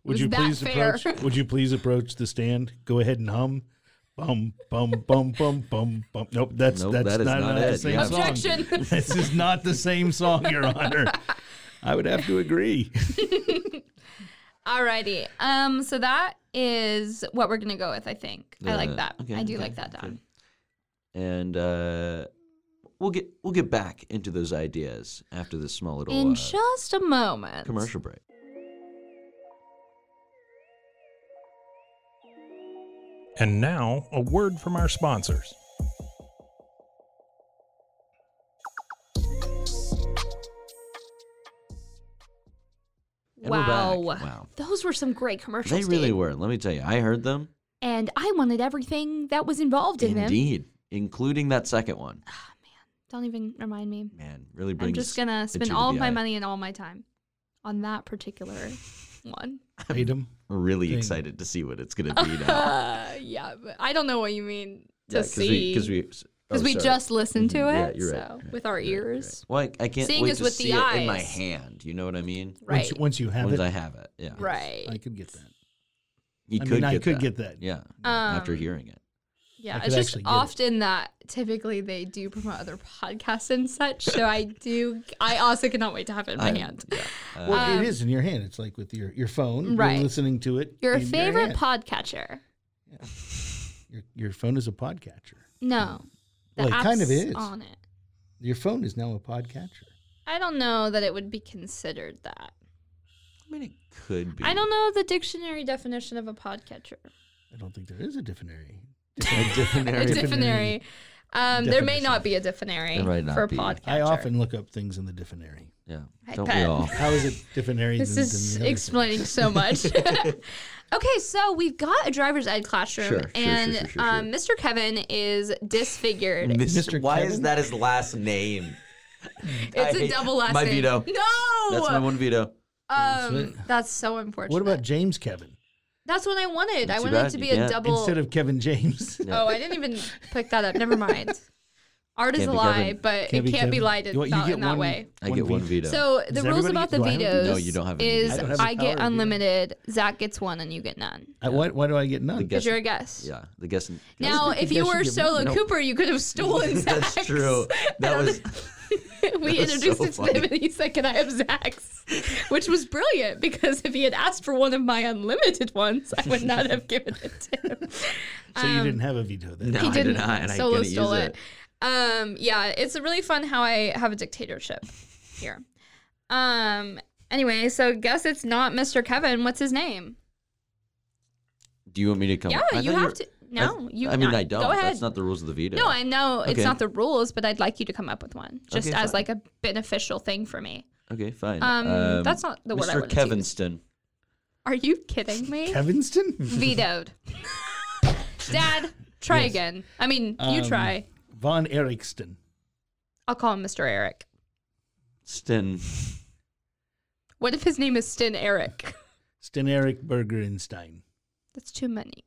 Speaker 3: Would
Speaker 2: Was
Speaker 3: you
Speaker 2: that
Speaker 3: please
Speaker 2: fair? [laughs]
Speaker 3: approach? Would you please approach the stand? Go ahead and hum. Bum bum bum bum bum bum. Nope, that's
Speaker 1: Nope,
Speaker 3: that's
Speaker 1: that is
Speaker 3: not,
Speaker 1: not
Speaker 3: not the
Speaker 1: it.
Speaker 3: same
Speaker 1: Yeah.
Speaker 3: song.
Speaker 2: Objection.
Speaker 3: [laughs] this is not the same song, Your Honor. I would have to agree.
Speaker 2: Alrighty. Um, so that is what we're gonna go with, I think. I
Speaker 1: Yeah.
Speaker 2: like that.
Speaker 1: Uh, Okay,
Speaker 2: I do
Speaker 1: okay,
Speaker 2: like that, Don.
Speaker 1: And uh, we'll get we'll get back into those ideas after this small little
Speaker 2: In
Speaker 1: uh,
Speaker 2: just a moment.
Speaker 1: commercial break.
Speaker 4: And now, a word from our sponsors.
Speaker 1: And we're back.
Speaker 2: Wow.
Speaker 1: Wow.
Speaker 2: Those were some great commercials.
Speaker 1: They really
Speaker 2: dude.
Speaker 1: were. Let me tell you, I heard them.
Speaker 2: And I wanted everything that was involved in them.
Speaker 1: Indeed, including that second one.
Speaker 2: Don't even remind me.
Speaker 1: Man, really brings.
Speaker 2: I'm just gonna
Speaker 1: the
Speaker 2: spend
Speaker 1: chew to
Speaker 2: all of
Speaker 1: the
Speaker 2: my
Speaker 1: eye.
Speaker 2: money and all my time on
Speaker 1: [laughs]
Speaker 2: that particular one.
Speaker 3: [laughs] Item.
Speaker 1: Really
Speaker 3: Thing.
Speaker 1: excited to see what it's
Speaker 2: [laughs]
Speaker 1: gonna be now.
Speaker 2: Uh, yeah, but I don't know what you mean to
Speaker 1: Yeah,
Speaker 2: see.
Speaker 1: because we, oh, because
Speaker 2: because we just listened to it
Speaker 1: Mhm. Yeah, you're right.
Speaker 2: so with our ears
Speaker 1: Well, I, I can't
Speaker 2: Seeing
Speaker 1: wait
Speaker 2: is
Speaker 1: to
Speaker 2: with the
Speaker 1: see it in my
Speaker 2: eyes.
Speaker 1: hand. You know what I mean?
Speaker 2: right
Speaker 3: Once, you- once you have
Speaker 1: Once
Speaker 3: it,
Speaker 1: I have it, yeah.
Speaker 2: right
Speaker 3: I could get that.
Speaker 1: You
Speaker 3: I
Speaker 1: could
Speaker 3: mean,
Speaker 1: get
Speaker 3: I could
Speaker 1: that.
Speaker 3: get that.
Speaker 1: Yeah. after
Speaker 2: Um,
Speaker 1: hearing it.
Speaker 3: I
Speaker 2: yeah
Speaker 3: could
Speaker 2: it's just
Speaker 3: actually get it.
Speaker 2: often that typically they do promote other podcasts and such so i do i also cannot wait to have it in my
Speaker 1: I-
Speaker 2: hand
Speaker 1: yeah.
Speaker 3: Well, it is in your hand. It's like with your, your phone.
Speaker 2: Um, Right.
Speaker 3: You're listening to it.
Speaker 2: your
Speaker 3: in
Speaker 2: favorite
Speaker 3: hand.
Speaker 2: podcatcher
Speaker 3: Your, your phone is a podcatcher.
Speaker 2: no the
Speaker 3: Well, it kind of
Speaker 2: app's
Speaker 3: is.
Speaker 2: on it
Speaker 3: Your phone is now a podcatcher.
Speaker 2: i don't know that it would be considered that
Speaker 1: I mean, it could be.
Speaker 2: i don't know the dictionary definition of a podcatcher
Speaker 3: I don't think there is [laughs] a different
Speaker 1: A
Speaker 2: a
Speaker 1: different
Speaker 2: dictionary um, there may
Speaker 3: Definition.
Speaker 2: not be a definary
Speaker 1: There might not
Speaker 2: for
Speaker 1: be.
Speaker 2: podcatcher.
Speaker 3: I often look up things in the different
Speaker 1: Yeah.
Speaker 2: Hi,
Speaker 1: Don't we
Speaker 2: Pat. [laughs]
Speaker 1: all?
Speaker 3: How is it different
Speaker 2: This
Speaker 3: than,
Speaker 2: is
Speaker 3: than the other
Speaker 1: [laughs]
Speaker 2: explaining so much. [laughs] okay, so we've got a driver's ed classroom,
Speaker 1: Sure, sure, sure,
Speaker 2: and
Speaker 1: sure, sure,
Speaker 2: Um, Mr. Kevin is
Speaker 1: [laughs]
Speaker 2: disfigured.
Speaker 3: Mr.
Speaker 1: Why is
Speaker 3: Kevin?
Speaker 1: that his last
Speaker 2: [laughs]
Speaker 1: name?
Speaker 2: it's
Speaker 1: I
Speaker 2: a
Speaker 1: hate-
Speaker 2: double last
Speaker 1: my
Speaker 2: name.
Speaker 1: veto.
Speaker 2: No,
Speaker 1: That's my one veto.
Speaker 2: um, that's so
Speaker 3: thing?
Speaker 2: unfortunate.
Speaker 3: What about James Kevin
Speaker 2: That's what I wanted. I
Speaker 1: Too
Speaker 2: wanted
Speaker 1: bad
Speaker 2: it to
Speaker 1: you
Speaker 2: be a
Speaker 1: can't.
Speaker 2: double.
Speaker 3: instead of Kevin James? [laughs]
Speaker 2: oh,
Speaker 1: [laughs]
Speaker 2: I didn't even pick that up. Never mind. Art is
Speaker 1: Can't
Speaker 2: a
Speaker 1: be
Speaker 2: lie,
Speaker 1: Kevin.
Speaker 2: but
Speaker 3: Can't
Speaker 2: it
Speaker 3: be
Speaker 2: can't be
Speaker 3: Kevin.
Speaker 2: lied
Speaker 3: What, you
Speaker 2: about
Speaker 3: get
Speaker 2: in that
Speaker 3: one-
Speaker 2: way.
Speaker 1: I get one veto.
Speaker 3: veto.
Speaker 2: So the
Speaker 3: Does
Speaker 2: rules
Speaker 3: everybody
Speaker 2: about
Speaker 3: get-
Speaker 2: the
Speaker 3: do I have a veto?
Speaker 2: vetoes
Speaker 1: No, you don't have any
Speaker 2: is
Speaker 1: veto. I
Speaker 3: don't have a
Speaker 2: I
Speaker 3: power
Speaker 2: get
Speaker 3: to do that.
Speaker 2: unlimited, Zach gets one, and you get none.
Speaker 3: I, Uh, why, why do I get
Speaker 1: The
Speaker 3: none?
Speaker 2: Because
Speaker 1: guess,
Speaker 2: you're a guest.
Speaker 1: yeah, the guess. and-
Speaker 2: Now,
Speaker 3: think
Speaker 2: if
Speaker 3: the
Speaker 2: you
Speaker 3: guy should
Speaker 2: were
Speaker 3: get
Speaker 2: solo
Speaker 3: one.
Speaker 2: Cooper, you could have stolen
Speaker 1: [laughs]
Speaker 2: Zach's.
Speaker 1: That's
Speaker 2: [laughs]
Speaker 1: true. That was
Speaker 2: we
Speaker 1: was so
Speaker 2: introduced it to him,
Speaker 1: funny.
Speaker 2: and he said, "Can I have Zach's?" Which was brilliant because if he had asked for one of my unlimited ones, I would not
Speaker 1: [laughs]
Speaker 2: have given it to him.
Speaker 3: so you didn't have a veto then.
Speaker 1: No.
Speaker 2: Um, he
Speaker 1: I did
Speaker 2: didn't.
Speaker 1: not, and I
Speaker 2: solo
Speaker 1: couldn't use
Speaker 2: stole
Speaker 1: it.
Speaker 2: it. Um, yeah, it's really fun how I have a dictatorship here. Um. Anyway, so guess it's not Mr. Kevin. What's his name?
Speaker 1: Do you want me to come?
Speaker 2: Yeah,
Speaker 1: I
Speaker 2: you
Speaker 1: thought
Speaker 2: have
Speaker 1: were-
Speaker 2: to. No,
Speaker 1: I,
Speaker 2: you.
Speaker 1: I mean,
Speaker 2: not.
Speaker 1: I don't.
Speaker 2: Go ahead.
Speaker 1: That's not the rules of the veto.
Speaker 2: No, I know it's
Speaker 1: Okay.
Speaker 2: not the rules, but I'd like you to come up with one, just
Speaker 1: Okay,
Speaker 2: as
Speaker 1: fine.
Speaker 2: like a beneficial thing for me.
Speaker 1: Okay, fine.
Speaker 2: Um, that's not the word I
Speaker 1: Mr.
Speaker 2: wanted to use.
Speaker 1: Kevinston.
Speaker 2: Are you kidding
Speaker 1: [laughs]
Speaker 2: me?
Speaker 3: Kevinston?
Speaker 2: Vetoed. Dad, try again. I mean, you
Speaker 3: Um,
Speaker 2: try.
Speaker 3: Von Erikston.
Speaker 2: I'll call him Mr. Eric.
Speaker 1: Stin.
Speaker 2: What if his name is Stin Eric?
Speaker 3: Sten Eric Berger and Stein.
Speaker 2: That's too many.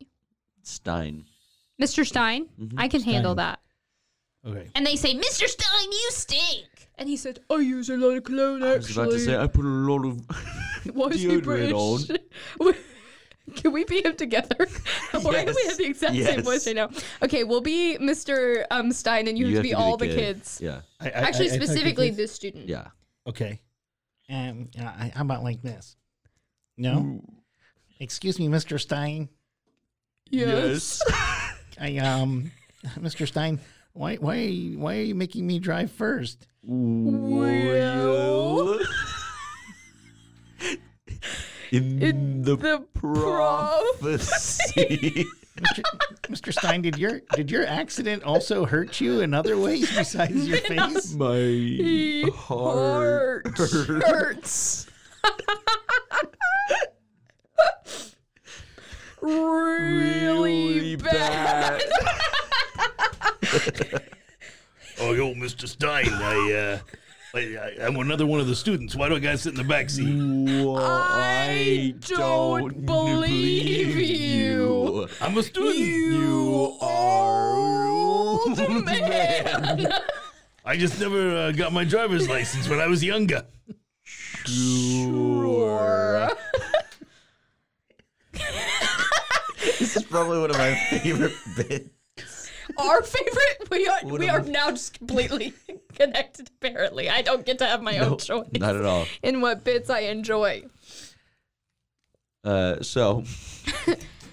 Speaker 1: Stein.
Speaker 2: Mr. Stein, I can handle that.
Speaker 3: Okay.
Speaker 2: And they say, Mr. Stein, you stink. And he said, I use a lot of cologne,
Speaker 1: I was about to
Speaker 2: actually.
Speaker 1: say I put a lot of.
Speaker 2: Why is he
Speaker 1: deodorant
Speaker 2: British?
Speaker 1: on.
Speaker 2: [laughs] Can we be him together? [laughs] Why do we
Speaker 1: Yes.
Speaker 2: have the exact same
Speaker 1: Yes.
Speaker 2: voice right now? Okay, we'll be Mr. Um,
Speaker 1: [laughs]
Speaker 2: Stein, and you, have to be
Speaker 1: the
Speaker 2: all the
Speaker 1: kid.
Speaker 2: kids.
Speaker 1: Yeah,
Speaker 3: I, I,
Speaker 2: Actually,
Speaker 3: I- I thought
Speaker 2: [laughs]
Speaker 3: you
Speaker 2: specifically
Speaker 3: could-
Speaker 2: this student.
Speaker 1: yeah.
Speaker 3: Okay. Um, I, how about like this? No. Excuse me, Mr. Stein.
Speaker 1: Yes.
Speaker 3: I um, [laughs] Mr. Stein, why why why are you making me drive first?
Speaker 1: Well. [laughs] In, the, prophecy.
Speaker 3: [laughs] Mr. Mr. Stein, did your did your accident also hurt you in other ways besides your face?
Speaker 1: My [laughs] heart hurts. really bad. [laughs]
Speaker 3: Oh, yo, Mr. Stein, I uh, I, I, I'm another one of the students. Why do I gotta sit in the back seat?
Speaker 1: I don't believe you.
Speaker 3: I'm a student.
Speaker 1: You are old man.
Speaker 3: I just never uh, got my driver's license when I was younger.
Speaker 1: Sure. this is probably one of my favorite bits.
Speaker 2: Our favorite. We are
Speaker 1: What
Speaker 2: we
Speaker 1: am
Speaker 2: are
Speaker 1: I-
Speaker 2: now just completely [laughs] connected. Apparently, I don't get to have my own choice
Speaker 1: Not at all.
Speaker 2: in what bits I enjoy.
Speaker 1: Uh, so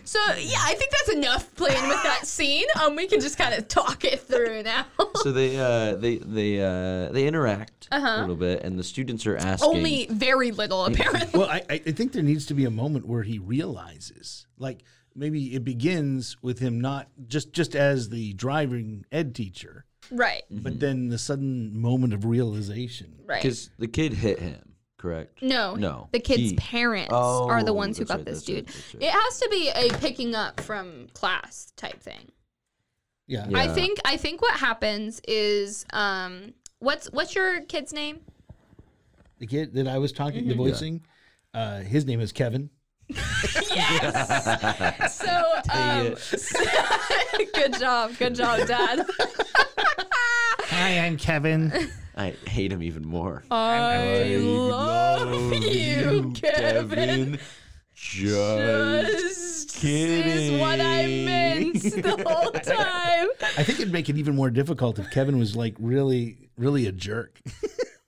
Speaker 2: So yeah, I think that's enough playing
Speaker 1: [laughs]
Speaker 2: with that scene. Um, we can just kind of talk it through now.
Speaker 1: so they uh, they they uh, they interact a little bit, and the students are asking.
Speaker 2: Only
Speaker 1: [laughs]
Speaker 2: very little, apparently.
Speaker 3: Well, I, I I think there needs to be a moment where he realizes, like maybe it begins with him not just just as the driving ed teacher,
Speaker 2: right.
Speaker 3: but then the sudden moment of realization.
Speaker 2: Right.
Speaker 1: because the kid hit him, correct?
Speaker 2: No.
Speaker 1: no.
Speaker 2: The kid's
Speaker 1: he-
Speaker 2: parents
Speaker 1: Oh,
Speaker 2: are the ones who
Speaker 1: that's
Speaker 2: got
Speaker 1: right,
Speaker 2: this
Speaker 1: that's right,
Speaker 2: dude.
Speaker 1: that's right.
Speaker 2: It has to be a picking up from class type thing.
Speaker 3: Yeah.
Speaker 2: I
Speaker 1: Yeah.
Speaker 2: think I think what happens is um what's what's your
Speaker 1: [laughs]
Speaker 2: kid's name?
Speaker 3: The kid that I was talking, the voicing, uh, his name is Kevin.
Speaker 2: So um, [laughs] good job, good job, Dad.
Speaker 1: [laughs]
Speaker 3: Hi, I'm Kevin.
Speaker 1: I hate him even more.
Speaker 2: I love you,
Speaker 1: [laughs]
Speaker 2: Kevin.
Speaker 1: Just
Speaker 2: This is what I meant the
Speaker 1: [laughs]
Speaker 2: whole time.
Speaker 3: I think it'd make it even more difficult if Kevin was like really, really a jerk.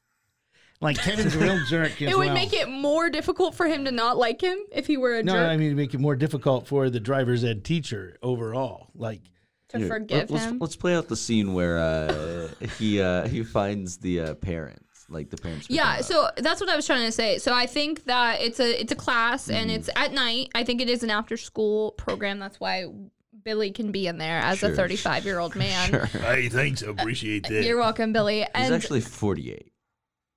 Speaker 3: [laughs] like Kevin's a real jerk.
Speaker 2: It would make it more difficult for him to not like him if he were a
Speaker 3: No,
Speaker 2: jerk
Speaker 3: I mean, it'd make it more difficult for the driver's ed teacher overall. Like,
Speaker 2: to
Speaker 1: Here,
Speaker 2: forgive
Speaker 1: let, us
Speaker 2: him.
Speaker 1: Let's play out the scene where uh, [laughs] he uh, he finds the uh, parents, like the parents. pick him
Speaker 2: yeah,
Speaker 1: up.
Speaker 2: so that's what I was trying to say. So I think that it's a it's a class
Speaker 1: Mm-hmm.
Speaker 2: and it's at night. I think it is an after school program. That's why Billy can be in there as a
Speaker 1: Sure.
Speaker 2: 35 year old man.
Speaker 3: hey, thanks, I appreciate that.
Speaker 2: You're welcome, Billy.
Speaker 1: he's
Speaker 2: And
Speaker 1: actually forty-eight.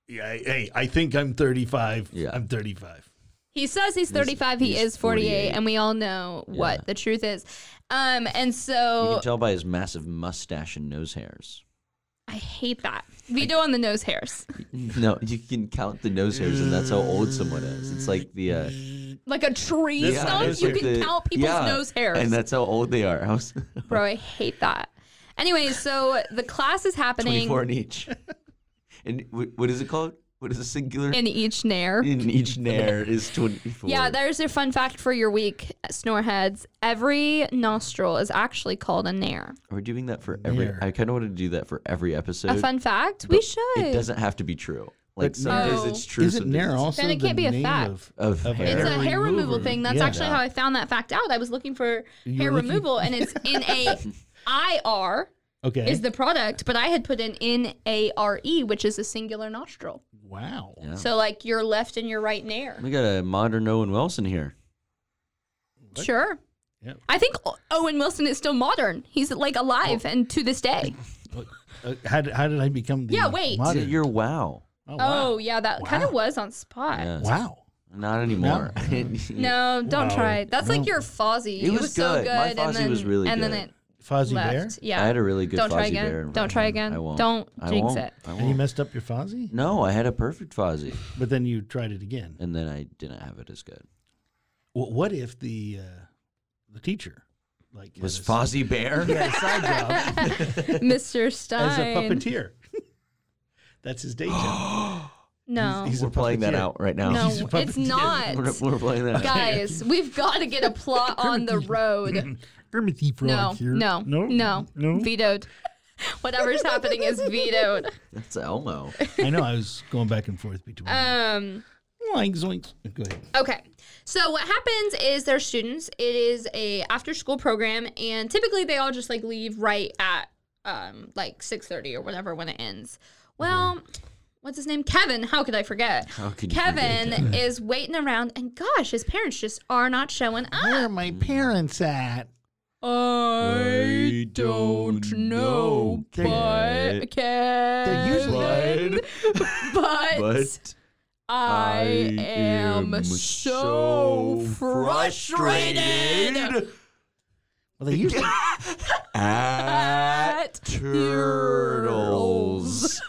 Speaker 3: yeah, I- hey, I think I'm 35.
Speaker 1: Yeah.
Speaker 3: I'm 35.
Speaker 2: He says he's
Speaker 1: He's-
Speaker 2: 35, he
Speaker 1: he's
Speaker 2: is 48,
Speaker 1: 48.
Speaker 2: and we all know what
Speaker 1: Yeah.
Speaker 2: the truth is. Um, and
Speaker 1: You
Speaker 2: so
Speaker 1: can tell by his massive mustache and nose hairs.
Speaker 2: I hate that. Veto on the nose
Speaker 1: [laughs]
Speaker 2: hairs.
Speaker 1: No, you can count the nose hairs, and that's how old someone is. It's like the uh,
Speaker 2: Like a tree
Speaker 1: yeah,
Speaker 2: stump,
Speaker 1: it's
Speaker 2: you
Speaker 1: like
Speaker 2: can
Speaker 1: the-
Speaker 2: count people's
Speaker 1: yeah,
Speaker 2: nose hairs.
Speaker 1: and that's how old they are. I was
Speaker 2: Bro, I hate that. Anyway, so the class is happening
Speaker 1: twenty-four in each. And wh- what is it called? What is a singular?
Speaker 2: in each nair.
Speaker 1: in each nair is twenty-four.
Speaker 2: Yeah, there's a fun fact for your week, snoreheads. Every nostril is actually called a nair.
Speaker 1: Are we doing that for every?
Speaker 3: Nair.
Speaker 1: I kind of want to do that for every episode.
Speaker 2: a fun fact? We should.
Speaker 1: It doesn't have to be true. Like
Speaker 3: But
Speaker 1: some
Speaker 2: nair-
Speaker 1: days it's true.
Speaker 3: Isn't
Speaker 1: some
Speaker 3: Nair
Speaker 1: days
Speaker 3: also
Speaker 2: Then it
Speaker 3: the
Speaker 2: can't be a
Speaker 3: name
Speaker 2: fact.
Speaker 3: of,
Speaker 1: Of
Speaker 3: of a
Speaker 1: hair.
Speaker 2: It's a hair removal,
Speaker 3: remover?
Speaker 2: thing. That's
Speaker 3: Yeah.
Speaker 2: actually how I found that fact out. I was looking for
Speaker 3: You
Speaker 2: hair
Speaker 3: were looking-
Speaker 2: removal, and it's in a
Speaker 1: [laughs]
Speaker 2: IR
Speaker 1: Eh?
Speaker 3: Okay.
Speaker 2: is the product, but I had put in N A R E, which is a singular nostril.
Speaker 3: wow.
Speaker 1: Yeah.
Speaker 2: So like your left and your right nair.
Speaker 1: We got a modern Owen Wilson here.
Speaker 3: What?
Speaker 2: Sure.
Speaker 3: Yep.
Speaker 2: I think O- Owen Wilson is still modern. He's like
Speaker 1: Oh.
Speaker 2: alive and to this
Speaker 1: [laughs]
Speaker 2: day.
Speaker 3: Uh, how, did, how did I become the
Speaker 2: Yeah, wait.
Speaker 1: Is it
Speaker 3: modern-
Speaker 1: your wow?
Speaker 3: oh, wow.
Speaker 2: Oh, yeah, that kind of was on spot.
Speaker 1: Yeah.
Speaker 3: Wow.
Speaker 1: Not anymore. [laughs]
Speaker 2: No, don't
Speaker 3: Wow.
Speaker 2: try. That's like
Speaker 3: No.
Speaker 2: your Fozzie.
Speaker 1: It was
Speaker 2: so
Speaker 1: good.
Speaker 2: good.
Speaker 1: My
Speaker 2: and
Speaker 1: Fozzie
Speaker 2: then,
Speaker 1: was really
Speaker 2: and then
Speaker 1: good.
Speaker 2: it
Speaker 3: Fozzie Bear?
Speaker 2: left. Yeah.
Speaker 1: I
Speaker 2: [laughs]
Speaker 1: had a really good
Speaker 2: Don't try
Speaker 1: Fozzie
Speaker 2: again.
Speaker 1: Bear.
Speaker 2: Don't try again.
Speaker 1: I won't.
Speaker 2: Don't
Speaker 1: I
Speaker 2: jinx
Speaker 1: won't.
Speaker 2: it.
Speaker 1: I
Speaker 3: And you
Speaker 1: won't.
Speaker 3: messed up your Fozzie?
Speaker 1: No, I had a perfect Fozzie,
Speaker 3: But then you tried it again.
Speaker 1: and then I didn't have it as good.
Speaker 3: Wh- what if the uh, the teacher like
Speaker 1: Was
Speaker 3: had a- [laughs]
Speaker 1: Fozzie Bear?
Speaker 3: had a [laughs] side job
Speaker 2: Mr. Stein.
Speaker 3: as a puppeteer? [laughs] That's his day
Speaker 1: [gasps]
Speaker 3: job.
Speaker 2: No.
Speaker 3: He's-
Speaker 1: We're playing that
Speaker 3: puppeteer.
Speaker 1: out right now. [laughs]
Speaker 2: no,
Speaker 3: he's a
Speaker 2: it's
Speaker 3: puppeteer.
Speaker 2: not.
Speaker 1: We're, we're playing that out.
Speaker 2: Guys, we've got to get a plot on the road. No, no, no, no,
Speaker 3: [laughs]
Speaker 2: Vetoed. [laughs] Whatever's happening is vetoed.
Speaker 1: That's Elmo.
Speaker 2: [laughs]
Speaker 3: I know. I was going back and forth between.
Speaker 2: Um,
Speaker 3: Zoinks, zoinks. Go ahead.
Speaker 2: Okay. So what happens is their students. It is a after school program, and typically they all just like leave right at um like six thirty or whatever when it ends. Well, what's his name? Kevin. How could I forget?
Speaker 1: How could you forget
Speaker 2: Kevin is waiting around, and gosh, his parents just are not showing
Speaker 3: Where are
Speaker 2: up.
Speaker 3: my
Speaker 1: Mm.
Speaker 3: parents at?
Speaker 2: I
Speaker 1: don't know,
Speaker 3: They-
Speaker 2: but
Speaker 3: They're usually-
Speaker 2: Kevin, [laughs] but,
Speaker 1: But
Speaker 2: I am so
Speaker 1: oh,
Speaker 2: frustrated.
Speaker 3: Well,
Speaker 1: [laughs]
Speaker 3: they usually
Speaker 1: at
Speaker 2: at
Speaker 1: turtles.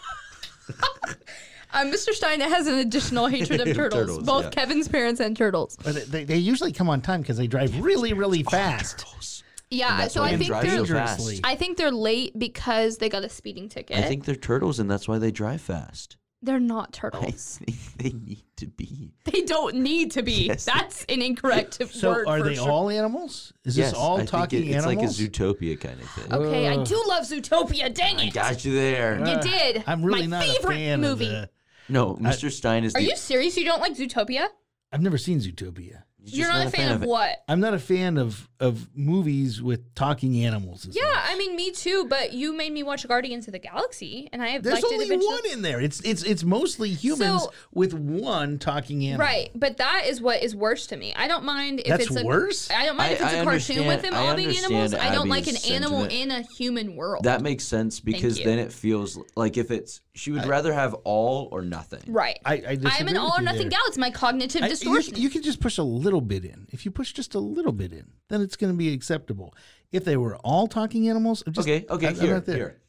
Speaker 2: Uh, Mr. Stein has
Speaker 1: [laughs]
Speaker 2: an additional hatred of turtles,
Speaker 1: Turtles,
Speaker 2: both
Speaker 1: yeah.
Speaker 2: Kevin's parents and turtles.
Speaker 3: but they, they usually come on time because they drive really, really
Speaker 1: Oh,
Speaker 3: fast.
Speaker 2: Yeah,
Speaker 1: that's
Speaker 2: so
Speaker 1: why
Speaker 2: I
Speaker 1: they
Speaker 2: think
Speaker 1: drive
Speaker 2: they're
Speaker 1: so fast.
Speaker 3: Dangerously.
Speaker 2: I think they're late because they got a speeding ticket.
Speaker 1: I think they're turtles, and that's why they drive fast. [laughs]
Speaker 2: they're not
Speaker 1: I
Speaker 2: turtles.
Speaker 1: think they need to be.
Speaker 2: They don't need to be.
Speaker 1: [laughs] Yes.
Speaker 2: That's an incorrect
Speaker 3: So
Speaker 2: word.
Speaker 3: are
Speaker 2: for
Speaker 3: they
Speaker 2: sure.
Speaker 3: all animals? Is
Speaker 1: Yes,
Speaker 3: this all
Speaker 1: I think
Speaker 3: talking
Speaker 1: it- it's
Speaker 3: animals?
Speaker 1: like a Zootopia kind of thing.
Speaker 2: Okay, I do love Zootopia. Dang
Speaker 1: I
Speaker 2: it!
Speaker 1: got you there.
Speaker 2: You did.
Speaker 3: I'm really
Speaker 2: My
Speaker 3: not
Speaker 2: favorite
Speaker 3: a fan
Speaker 2: movie.
Speaker 3: of the,
Speaker 1: No, Mr. Stein is.
Speaker 2: Are
Speaker 1: the,
Speaker 2: you serious? You don't like Zootopia?
Speaker 3: I've never seen Zootopia.
Speaker 1: he's just
Speaker 2: You're not, a fan, of,
Speaker 1: it.
Speaker 2: what?
Speaker 3: I'm not a fan of of movies with talking animals.
Speaker 2: Yeah, I mean, me too. But you made me watch Guardians of the Galaxy, and I have
Speaker 3: There's
Speaker 2: liked it
Speaker 3: only
Speaker 2: eventually.
Speaker 3: one in there. It's it's it's mostly humans
Speaker 2: So-
Speaker 3: with one talking animal.
Speaker 2: Right, but that is what is worse to me. I don't mind if
Speaker 3: That's
Speaker 2: it's a,
Speaker 3: worse?
Speaker 2: I don't mind if
Speaker 1: I-
Speaker 2: it's a
Speaker 1: I
Speaker 2: cartoon with
Speaker 1: understand-
Speaker 2: them
Speaker 1: I
Speaker 2: all being
Speaker 1: understand
Speaker 2: animals. I don't like an
Speaker 1: Abby's
Speaker 2: animal in
Speaker 1: sentiment.
Speaker 2: a human world.
Speaker 1: That makes sense because
Speaker 2: you.
Speaker 1: then it feels like if it's she would rather have all or nothing.
Speaker 2: right.
Speaker 3: I, I
Speaker 2: I'm
Speaker 3: disagree
Speaker 2: an
Speaker 3: with
Speaker 2: all or
Speaker 3: you
Speaker 2: nothing
Speaker 3: there.
Speaker 2: gal. It's my cognitive
Speaker 3: I- you-
Speaker 2: distortion.
Speaker 3: You, can just push a little bit in. If you push just a little bit in, then it's going to be acceptable. If they were all talking animals, I'm just,
Speaker 1: Okay, okay,
Speaker 3: I'm- I'm
Speaker 1: here,
Speaker 3: not there.
Speaker 1: here.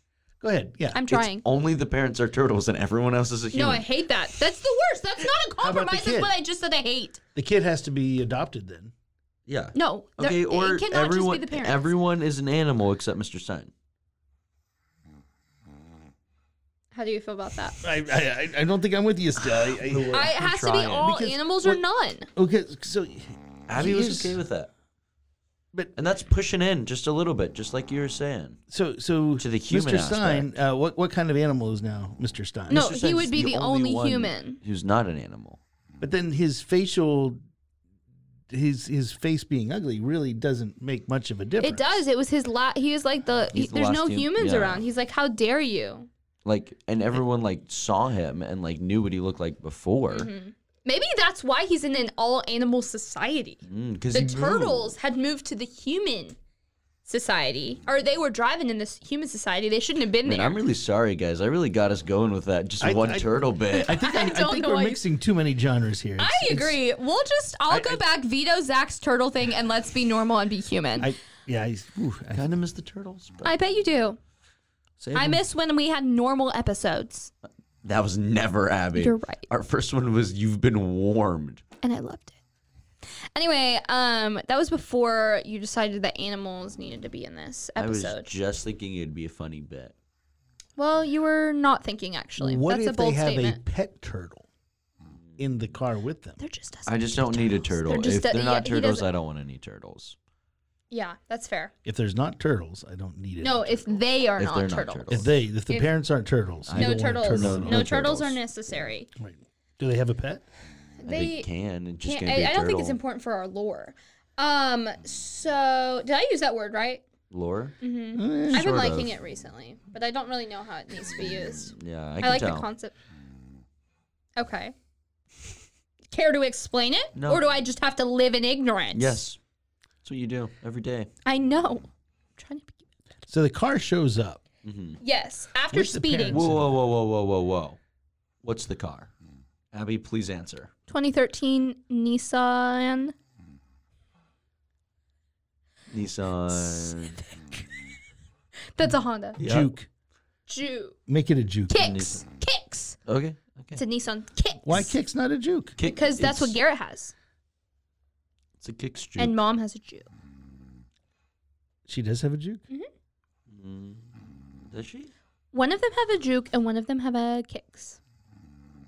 Speaker 3: Go ahead. Yeah.
Speaker 2: I'm
Speaker 1: It's
Speaker 2: trying.
Speaker 1: only the parents are turtles and everyone else is a
Speaker 2: No,
Speaker 1: human.
Speaker 2: I hate that. That's the worst. That's not a
Speaker 3: about the
Speaker 2: compromise. That's
Speaker 3: kid?
Speaker 2: what I just said I hate.
Speaker 3: the kid has to be adopted then.
Speaker 1: yeah.
Speaker 2: No, there-
Speaker 1: Okay,
Speaker 2: it
Speaker 1: or
Speaker 2: cannot just be
Speaker 1: everyone
Speaker 2: the parents.
Speaker 1: everyone is an animal except Mr. Stein.
Speaker 2: How do you feel about that?
Speaker 3: I I, I- I don't think I'm with you still. I, I,
Speaker 2: I, it has to be
Speaker 1: trying.
Speaker 2: all
Speaker 3: Because
Speaker 2: animals or
Speaker 3: what-
Speaker 2: none.
Speaker 3: [sighs] okay, so
Speaker 1: Abby
Speaker 3: Yes.
Speaker 1: was okay with that.
Speaker 3: But-
Speaker 1: and that's pushing in just a little bit, just like you were saying.
Speaker 3: so so
Speaker 1: To the human
Speaker 3: Mr. Stein, uh, what what kind of animal is now Mr. Stein?
Speaker 2: No,
Speaker 1: Mr.
Speaker 2: he
Speaker 1: Stein's
Speaker 2: would be the only
Speaker 1: one
Speaker 2: human.
Speaker 1: who's not an animal.
Speaker 3: But then his facial his his face being ugly really doesn't make much of a difference.
Speaker 2: It does. It was his la He was like the.
Speaker 1: He's
Speaker 2: he-
Speaker 1: the
Speaker 2: there's no
Speaker 1: last hum-
Speaker 2: humans
Speaker 1: yeah.
Speaker 2: around. He's like, how dare you?
Speaker 1: Like, and everyone like saw him and like knew what he looked like before.
Speaker 2: Mm-hmm. Maybe that's why he's in an all animal society.
Speaker 1: Mm, 'cause
Speaker 2: the
Speaker 1: he moved.
Speaker 2: turtles had moved to the human society, or they were driving in this human society. They shouldn't have been
Speaker 1: Man,
Speaker 2: there.
Speaker 1: I'm really sorry, guys. I really got us going with that just
Speaker 3: I-
Speaker 1: one
Speaker 3: I-
Speaker 1: turtle bit.
Speaker 3: [laughs] I think
Speaker 2: I
Speaker 3: I, I
Speaker 2: don't
Speaker 3: think
Speaker 2: know why
Speaker 3: we're
Speaker 2: you-
Speaker 3: mixing too many genres here.
Speaker 2: I
Speaker 3: It's- it's-
Speaker 2: agree. We'll just, I'll
Speaker 3: I-
Speaker 2: go
Speaker 3: I-
Speaker 2: back, veto Zach's turtle thing, and let's be normal and be human. I,
Speaker 3: I yeah, I, ooh, I
Speaker 1: kind of miss the turtles. But
Speaker 2: bet you do.
Speaker 1: save
Speaker 2: I
Speaker 1: 'em.
Speaker 2: miss when we had normal episodes,
Speaker 1: that was never Abby.
Speaker 2: You're right.
Speaker 1: Our first one was "You've Been Warmed."
Speaker 2: and I loved it. Anyway, um, that was before you decided that animals needed to be in this
Speaker 1: I was
Speaker 2: episode.
Speaker 1: just thinking it'd be a funny bit.
Speaker 2: well, you were not thinking actually.
Speaker 3: What
Speaker 2: That's
Speaker 3: if
Speaker 2: a bold
Speaker 3: they have
Speaker 2: statement.
Speaker 3: a pet turtle in the car with them?
Speaker 2: There just doesn't
Speaker 1: I just
Speaker 2: need
Speaker 1: don't need a
Speaker 2: turtles. There
Speaker 1: turtle.
Speaker 2: just
Speaker 1: If
Speaker 2: do-
Speaker 1: they're
Speaker 2: yeah,
Speaker 1: not
Speaker 2: he
Speaker 1: turtles,
Speaker 2: doesn't-
Speaker 1: I don't want any turtles.
Speaker 2: Yeah, that's fair.
Speaker 3: If there's not turtles, I don't need it.
Speaker 2: No, if they are
Speaker 1: If
Speaker 2: not
Speaker 1: they're not
Speaker 2: turtles.
Speaker 1: turtles.
Speaker 3: if they if the
Speaker 2: If-
Speaker 3: parents aren't turtles, you
Speaker 2: No
Speaker 3: don't want a
Speaker 2: turtles.
Speaker 3: turtle
Speaker 2: No,
Speaker 3: at all.
Speaker 1: no
Speaker 2: turtles are
Speaker 1: turtles.
Speaker 2: necessary.
Speaker 3: Right. Do they have a pet?
Speaker 2: They
Speaker 1: they can. It just
Speaker 2: can't.
Speaker 1: can't be
Speaker 2: I,
Speaker 1: a
Speaker 2: I don't think it's
Speaker 1: turtle.
Speaker 2: important for our lore. Um. So did I use that word right?
Speaker 1: Lore.
Speaker 2: Mm-hmm. I've been
Speaker 1: Sort
Speaker 2: liking
Speaker 1: of.
Speaker 2: it recently, but I don't really know how it needs to be used.
Speaker 1: Yeah, I
Speaker 2: I,
Speaker 1: can
Speaker 2: like
Speaker 1: tell.
Speaker 2: the concept. Okay. Care to explain it,
Speaker 1: No.
Speaker 2: or do I just have to live in ignorance?
Speaker 1: Yes, that's what you do every day.
Speaker 2: I know. I'm trying to be.
Speaker 3: So the car shows up.
Speaker 1: Mm.
Speaker 2: Yes, after
Speaker 3: Where's the
Speaker 2: speeding,
Speaker 3: parents?
Speaker 1: Whoa, whoa, whoa, whoa, whoa, whoa, whoa! What's the car? Hmm. Abby, please answer.
Speaker 2: 2013 Nissan.
Speaker 1: Nissan.
Speaker 2: That's a Honda.
Speaker 1: Yeah.
Speaker 3: Juke.
Speaker 2: Ju
Speaker 3: Make it a juke.
Speaker 2: kicks kicks.
Speaker 1: Okay. Okay.
Speaker 2: It's a Nissan kicks.
Speaker 3: Why kick's not a juke?
Speaker 1: Kick-
Speaker 2: Because that's what
Speaker 1: it's-
Speaker 2: Garrett has,
Speaker 1: It's a kick streak.
Speaker 2: and Mom has a Jew.
Speaker 3: She does have a juke.
Speaker 2: Mm-hmm.
Speaker 1: Does she?
Speaker 2: One of them have a juke, and one of them have a kicks.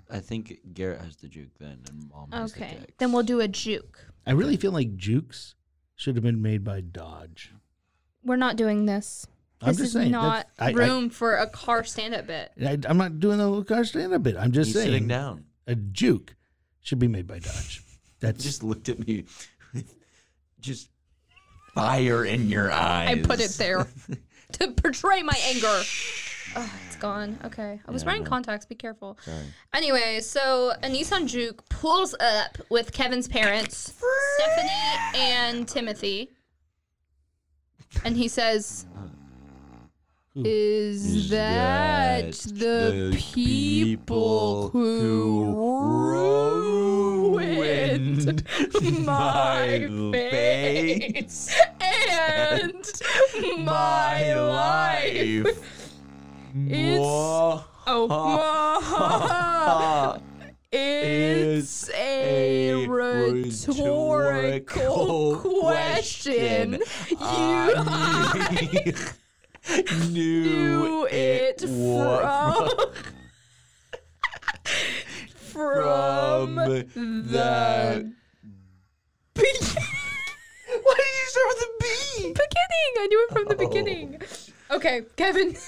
Speaker 1: I think Garrett has the juke then, and mom has the
Speaker 2: Okay,
Speaker 1: kicks.
Speaker 2: then we'll do a juke.
Speaker 3: I really feel like jukes should have been made by Dodge.
Speaker 2: We're not doing this.
Speaker 3: I'm
Speaker 2: This
Speaker 3: just
Speaker 2: is
Speaker 3: saying,
Speaker 2: not
Speaker 3: that's- I- I-
Speaker 2: room for a car stand-up bit.
Speaker 3: I, I'm not doing the little car stand up bit. I'm just
Speaker 1: He's
Speaker 3: saying
Speaker 1: sitting down.
Speaker 3: a juke Should be made by Dodge. That's
Speaker 1: just looked at me with just fire in your eyes.
Speaker 2: I put it there [laughs] to portray my anger. Oh, it's gone. Okay. I was wearing contacts. Be careful. Anyway, so a Nissan Juke pulls up with Kevin's parents, Stephanie and Timothy. And he says, Is that the people who ruined [laughs] my face and [laughs] my life? [laughs] It's. [laughs] Oh, [laughs] it's a rhetorical question. [laughs] You
Speaker 1: knew
Speaker 2: knew it from [laughs] from [laughs] the [laughs]
Speaker 1: Why did you start with a B?
Speaker 2: beginning. I knew it from the beginning. Okay, Kevin. [laughs]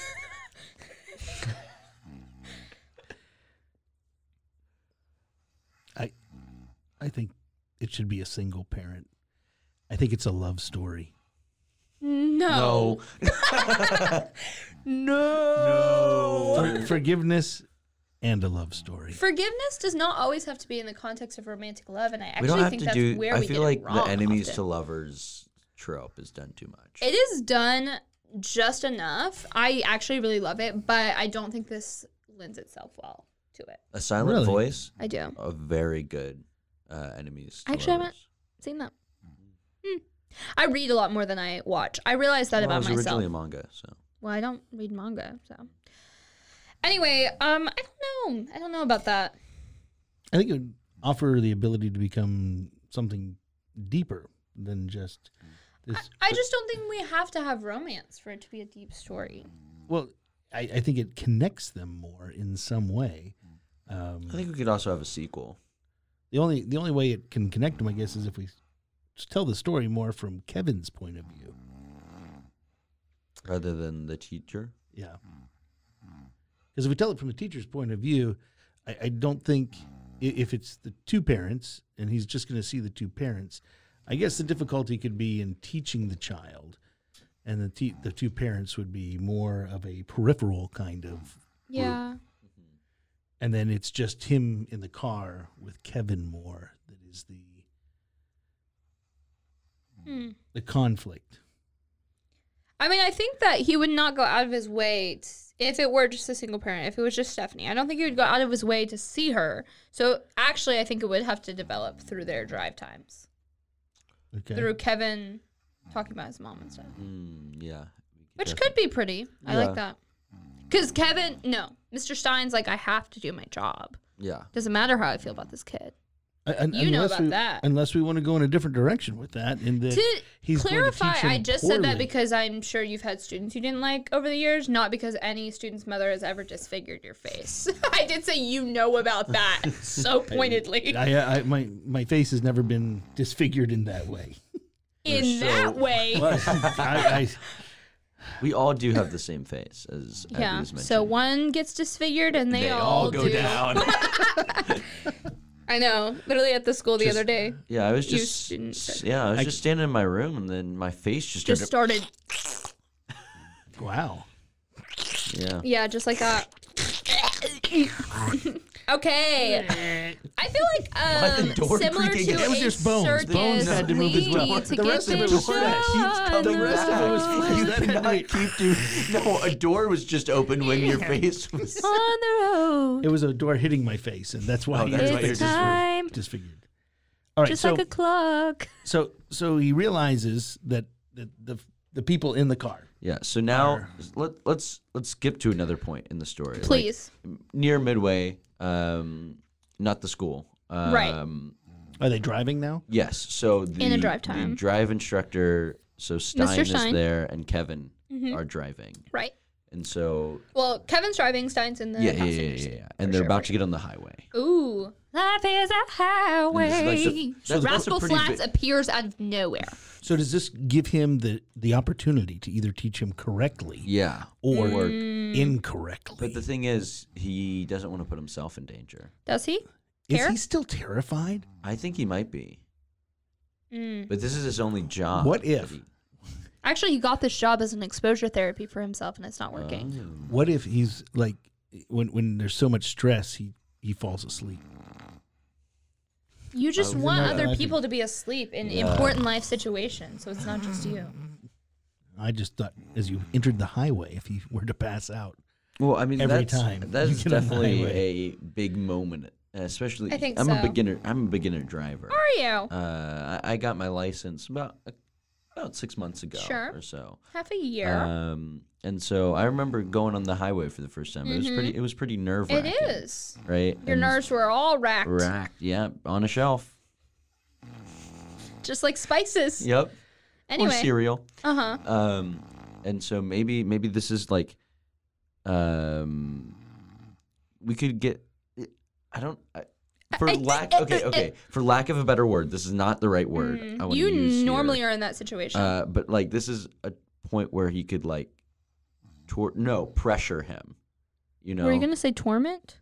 Speaker 3: I I think it should be a single parent. I think it's a love story.
Speaker 2: No.
Speaker 1: No.
Speaker 2: [laughs]
Speaker 3: For- forgiveness and a love story.
Speaker 2: Forgiveness does not always have to be in the context of romantic love, and I
Speaker 1: We
Speaker 2: actually
Speaker 1: don't have
Speaker 2: think
Speaker 1: to
Speaker 2: that's
Speaker 1: do.
Speaker 2: where
Speaker 1: I
Speaker 2: we
Speaker 1: feel
Speaker 2: get
Speaker 1: like
Speaker 2: it
Speaker 1: the
Speaker 2: wrong
Speaker 1: enemies
Speaker 2: often.
Speaker 1: to lovers trope is done too much.
Speaker 2: It is done just enough. I actually really love it, but I don't think this lends itself well to it.
Speaker 1: a silent
Speaker 3: Really?
Speaker 1: voice,
Speaker 2: I do.
Speaker 1: a very good uh, enemies. To
Speaker 2: Actually, I haven't
Speaker 1: lovers.
Speaker 2: seen that. Hmm. I read a lot more than I watch. I realize that
Speaker 1: Well, it
Speaker 2: about
Speaker 1: was originally a
Speaker 2: myself.
Speaker 1: manga, so
Speaker 2: Well, I don't read manga, so. Anyway, um, I don't know. I don't know about that.
Speaker 3: I think it would offer the ability to become something deeper than just this.
Speaker 2: I just don't think we have to have romance for it to be a deep story.
Speaker 3: Well, I, I think it connects them more in some way. Um,
Speaker 1: I think we could also have a sequel.
Speaker 3: the only the only way it can connect them, I guess, is if we s- tell the story more from Kevin's point of view.
Speaker 1: rather than the teacher.
Speaker 3: Yeah. Because if we tell it from the teacher's point of view, I, I don't think i- if it's the two parents and he's just going to see the two parents, I guess the difficulty could be in teaching the child, and the te- the two parents would be more of a peripheral kind of,
Speaker 2: Yeah.
Speaker 3: and then it's just him in the car with Kevin Moore that is the
Speaker 2: Hmm.
Speaker 3: the conflict.
Speaker 2: I mean, I think that he would not go out of his way t if it were just a single parent, if it was just Stephanie. I don't think he would go out of his way to see her. So actually, I think it would have to develop through their drive times,
Speaker 3: Okay.
Speaker 2: through Kevin talking about his mom and stuff,
Speaker 1: Mm, yeah. we could
Speaker 2: which
Speaker 1: def-
Speaker 2: could be pretty. I
Speaker 1: Yeah.
Speaker 2: like that. Because Kevin, no, Mr. Stein's like, I have to do my job.
Speaker 1: Yeah.
Speaker 2: Doesn't matter how I feel about this kid.
Speaker 3: Un- un-
Speaker 2: You know
Speaker 3: unless
Speaker 2: about
Speaker 3: we,
Speaker 2: that.
Speaker 3: Unless we want to go in a different direction with that, and that
Speaker 2: to
Speaker 3: he's going to
Speaker 2: clarify,
Speaker 3: teach him
Speaker 2: I just said that
Speaker 3: poorly.
Speaker 2: because I'm sure you've had students you didn't like over the years, not because any student's mother has ever disfigured your face. [laughs] I did say you know about
Speaker 3: [laughs]
Speaker 2: that so pointedly.
Speaker 3: I, I my my face has never been disfigured in
Speaker 1: [laughs]
Speaker 3: that way.
Speaker 2: In that way.
Speaker 3: [laughs] I,
Speaker 1: We all do have the same face as
Speaker 2: [laughs] Yeah.
Speaker 1: Abby's mentioned.
Speaker 2: So one gets disfigured and they, all, do. [laughs] I know. Literally at the school the other day.
Speaker 1: yeah, I was
Speaker 2: You
Speaker 1: just
Speaker 2: student
Speaker 1: s-
Speaker 2: said-
Speaker 1: yeah, I was just standing in my room and then my face just,
Speaker 2: Just
Speaker 1: started.
Speaker 2: started
Speaker 3: I wow.
Speaker 1: Yeah.
Speaker 2: Yeah, just
Speaker 1: [laughs]
Speaker 2: like that. okay. I feel like um,
Speaker 1: door
Speaker 2: similar
Speaker 1: creaking?
Speaker 2: to
Speaker 1: It was
Speaker 2: a
Speaker 3: just bones.
Speaker 2: circus,
Speaker 3: The bones
Speaker 1: had
Speaker 3: to move
Speaker 2: we
Speaker 3: as well.
Speaker 2: need to
Speaker 3: The
Speaker 2: get
Speaker 3: rest of it
Speaker 2: this
Speaker 3: was
Speaker 2: show
Speaker 3: flesh.
Speaker 2: on
Speaker 3: The rest of it was
Speaker 2: the
Speaker 3: flesh.
Speaker 2: road.
Speaker 3: That had
Speaker 2: [laughs]
Speaker 3: me-
Speaker 1: keep doing. No, a door was just open when your face was.
Speaker 2: On the road,
Speaker 3: It was a door hitting my face, and that's why
Speaker 1: Oh,
Speaker 3: he
Speaker 1: that's why
Speaker 3: was
Speaker 1: you're
Speaker 2: it's
Speaker 1: just-
Speaker 2: time,
Speaker 3: disfigured. All right,
Speaker 2: just
Speaker 3: so
Speaker 2: like a clock.
Speaker 3: so so he realizes that the, the the people in the car.
Speaker 1: [laughs] Yeah. So now let let's let's skip to another point in the story. Like,
Speaker 2: Please.
Speaker 1: near midway, um, not the school. Um,
Speaker 2: Right.
Speaker 3: Are they driving now?
Speaker 1: Yes. So the,
Speaker 2: In a drive
Speaker 1: the
Speaker 2: time.
Speaker 1: drive instructor, so Stein,
Speaker 2: Stein. Mm-hmm.
Speaker 1: is there and Kevin are driving,
Speaker 2: right.
Speaker 1: and so
Speaker 2: Well, Kevin's driving, Stein's in the
Speaker 1: yeah, yeah, yeah, yeah,
Speaker 2: passenger
Speaker 1: yeah,
Speaker 2: seat
Speaker 1: yeah.
Speaker 2: for
Speaker 1: and they're
Speaker 2: sure,
Speaker 1: about
Speaker 2: for
Speaker 1: to get on the highway.
Speaker 2: sure. Ooh, life is a highway.
Speaker 1: This is like the- that's- that's a
Speaker 2: Rascal
Speaker 1: pretty
Speaker 2: Flats
Speaker 1: big-
Speaker 2: appears out of nowhere.
Speaker 3: So does this give him the the opportunity to either teach him correctly
Speaker 1: Yeah.
Speaker 3: or
Speaker 1: Work.
Speaker 2: Mm-hmm.
Speaker 3: incorrectly?
Speaker 1: But the thing is, he doesn't want to put himself in danger.
Speaker 2: Does he?
Speaker 3: Is
Speaker 2: care?
Speaker 3: he still terrified?
Speaker 1: I think he might be,
Speaker 2: Mm.
Speaker 1: but this is his only job.
Speaker 3: What
Speaker 1: that
Speaker 3: if?
Speaker 1: he-
Speaker 2: Actually, he got this job as an exposure therapy for himself, and it's not working.
Speaker 1: Oh.
Speaker 3: What if he's like when when there's so much stress he he falls asleep?
Speaker 2: you just
Speaker 1: Oh,
Speaker 2: want
Speaker 3: not
Speaker 2: other
Speaker 3: allowed to-
Speaker 2: people to be asleep in
Speaker 1: Yeah. Mm.
Speaker 2: important life situations, so it's not just you.
Speaker 3: I just thought as you entered the highway, if he were to pass out,
Speaker 1: Well, I mean,
Speaker 3: Every
Speaker 1: that's,
Speaker 3: time
Speaker 1: that
Speaker 3: you
Speaker 1: is
Speaker 3: get on the
Speaker 1: definitely
Speaker 3: highway.
Speaker 1: a big moment, especially.
Speaker 2: I think
Speaker 1: am a
Speaker 2: so.
Speaker 1: beginner. I'm a beginner driver.
Speaker 2: Are you?
Speaker 1: Uh, I I got my license about about six months ago
Speaker 2: Sure.
Speaker 1: or so.
Speaker 2: Half a year.
Speaker 1: Um, and so I remember going on the highway for the first time. It was pretty. It was pretty nerve
Speaker 2: Mm-hmm. it
Speaker 1: wracking.
Speaker 2: is.
Speaker 1: right.
Speaker 2: Your
Speaker 1: And
Speaker 2: nerves were all racked,
Speaker 1: racked. Yeah, on a shelf.
Speaker 2: just like spices.
Speaker 1: Yep. Or
Speaker 2: Anyway,
Speaker 1: cereal.
Speaker 2: uh huh.
Speaker 1: Um, and so maybe maybe this is like, um, we could get. I don't. I, for
Speaker 2: I-
Speaker 1: lack,
Speaker 2: I- I-
Speaker 1: okay,
Speaker 2: I-
Speaker 1: okay. For lack of a better word, this is not the right word. I wanna
Speaker 2: Mm-hmm. You
Speaker 1: use here.
Speaker 2: normally are in that situation.
Speaker 1: Uh, but like this is a point where he could like, tor- no pressure him. You know,
Speaker 2: Were you gonna say torment?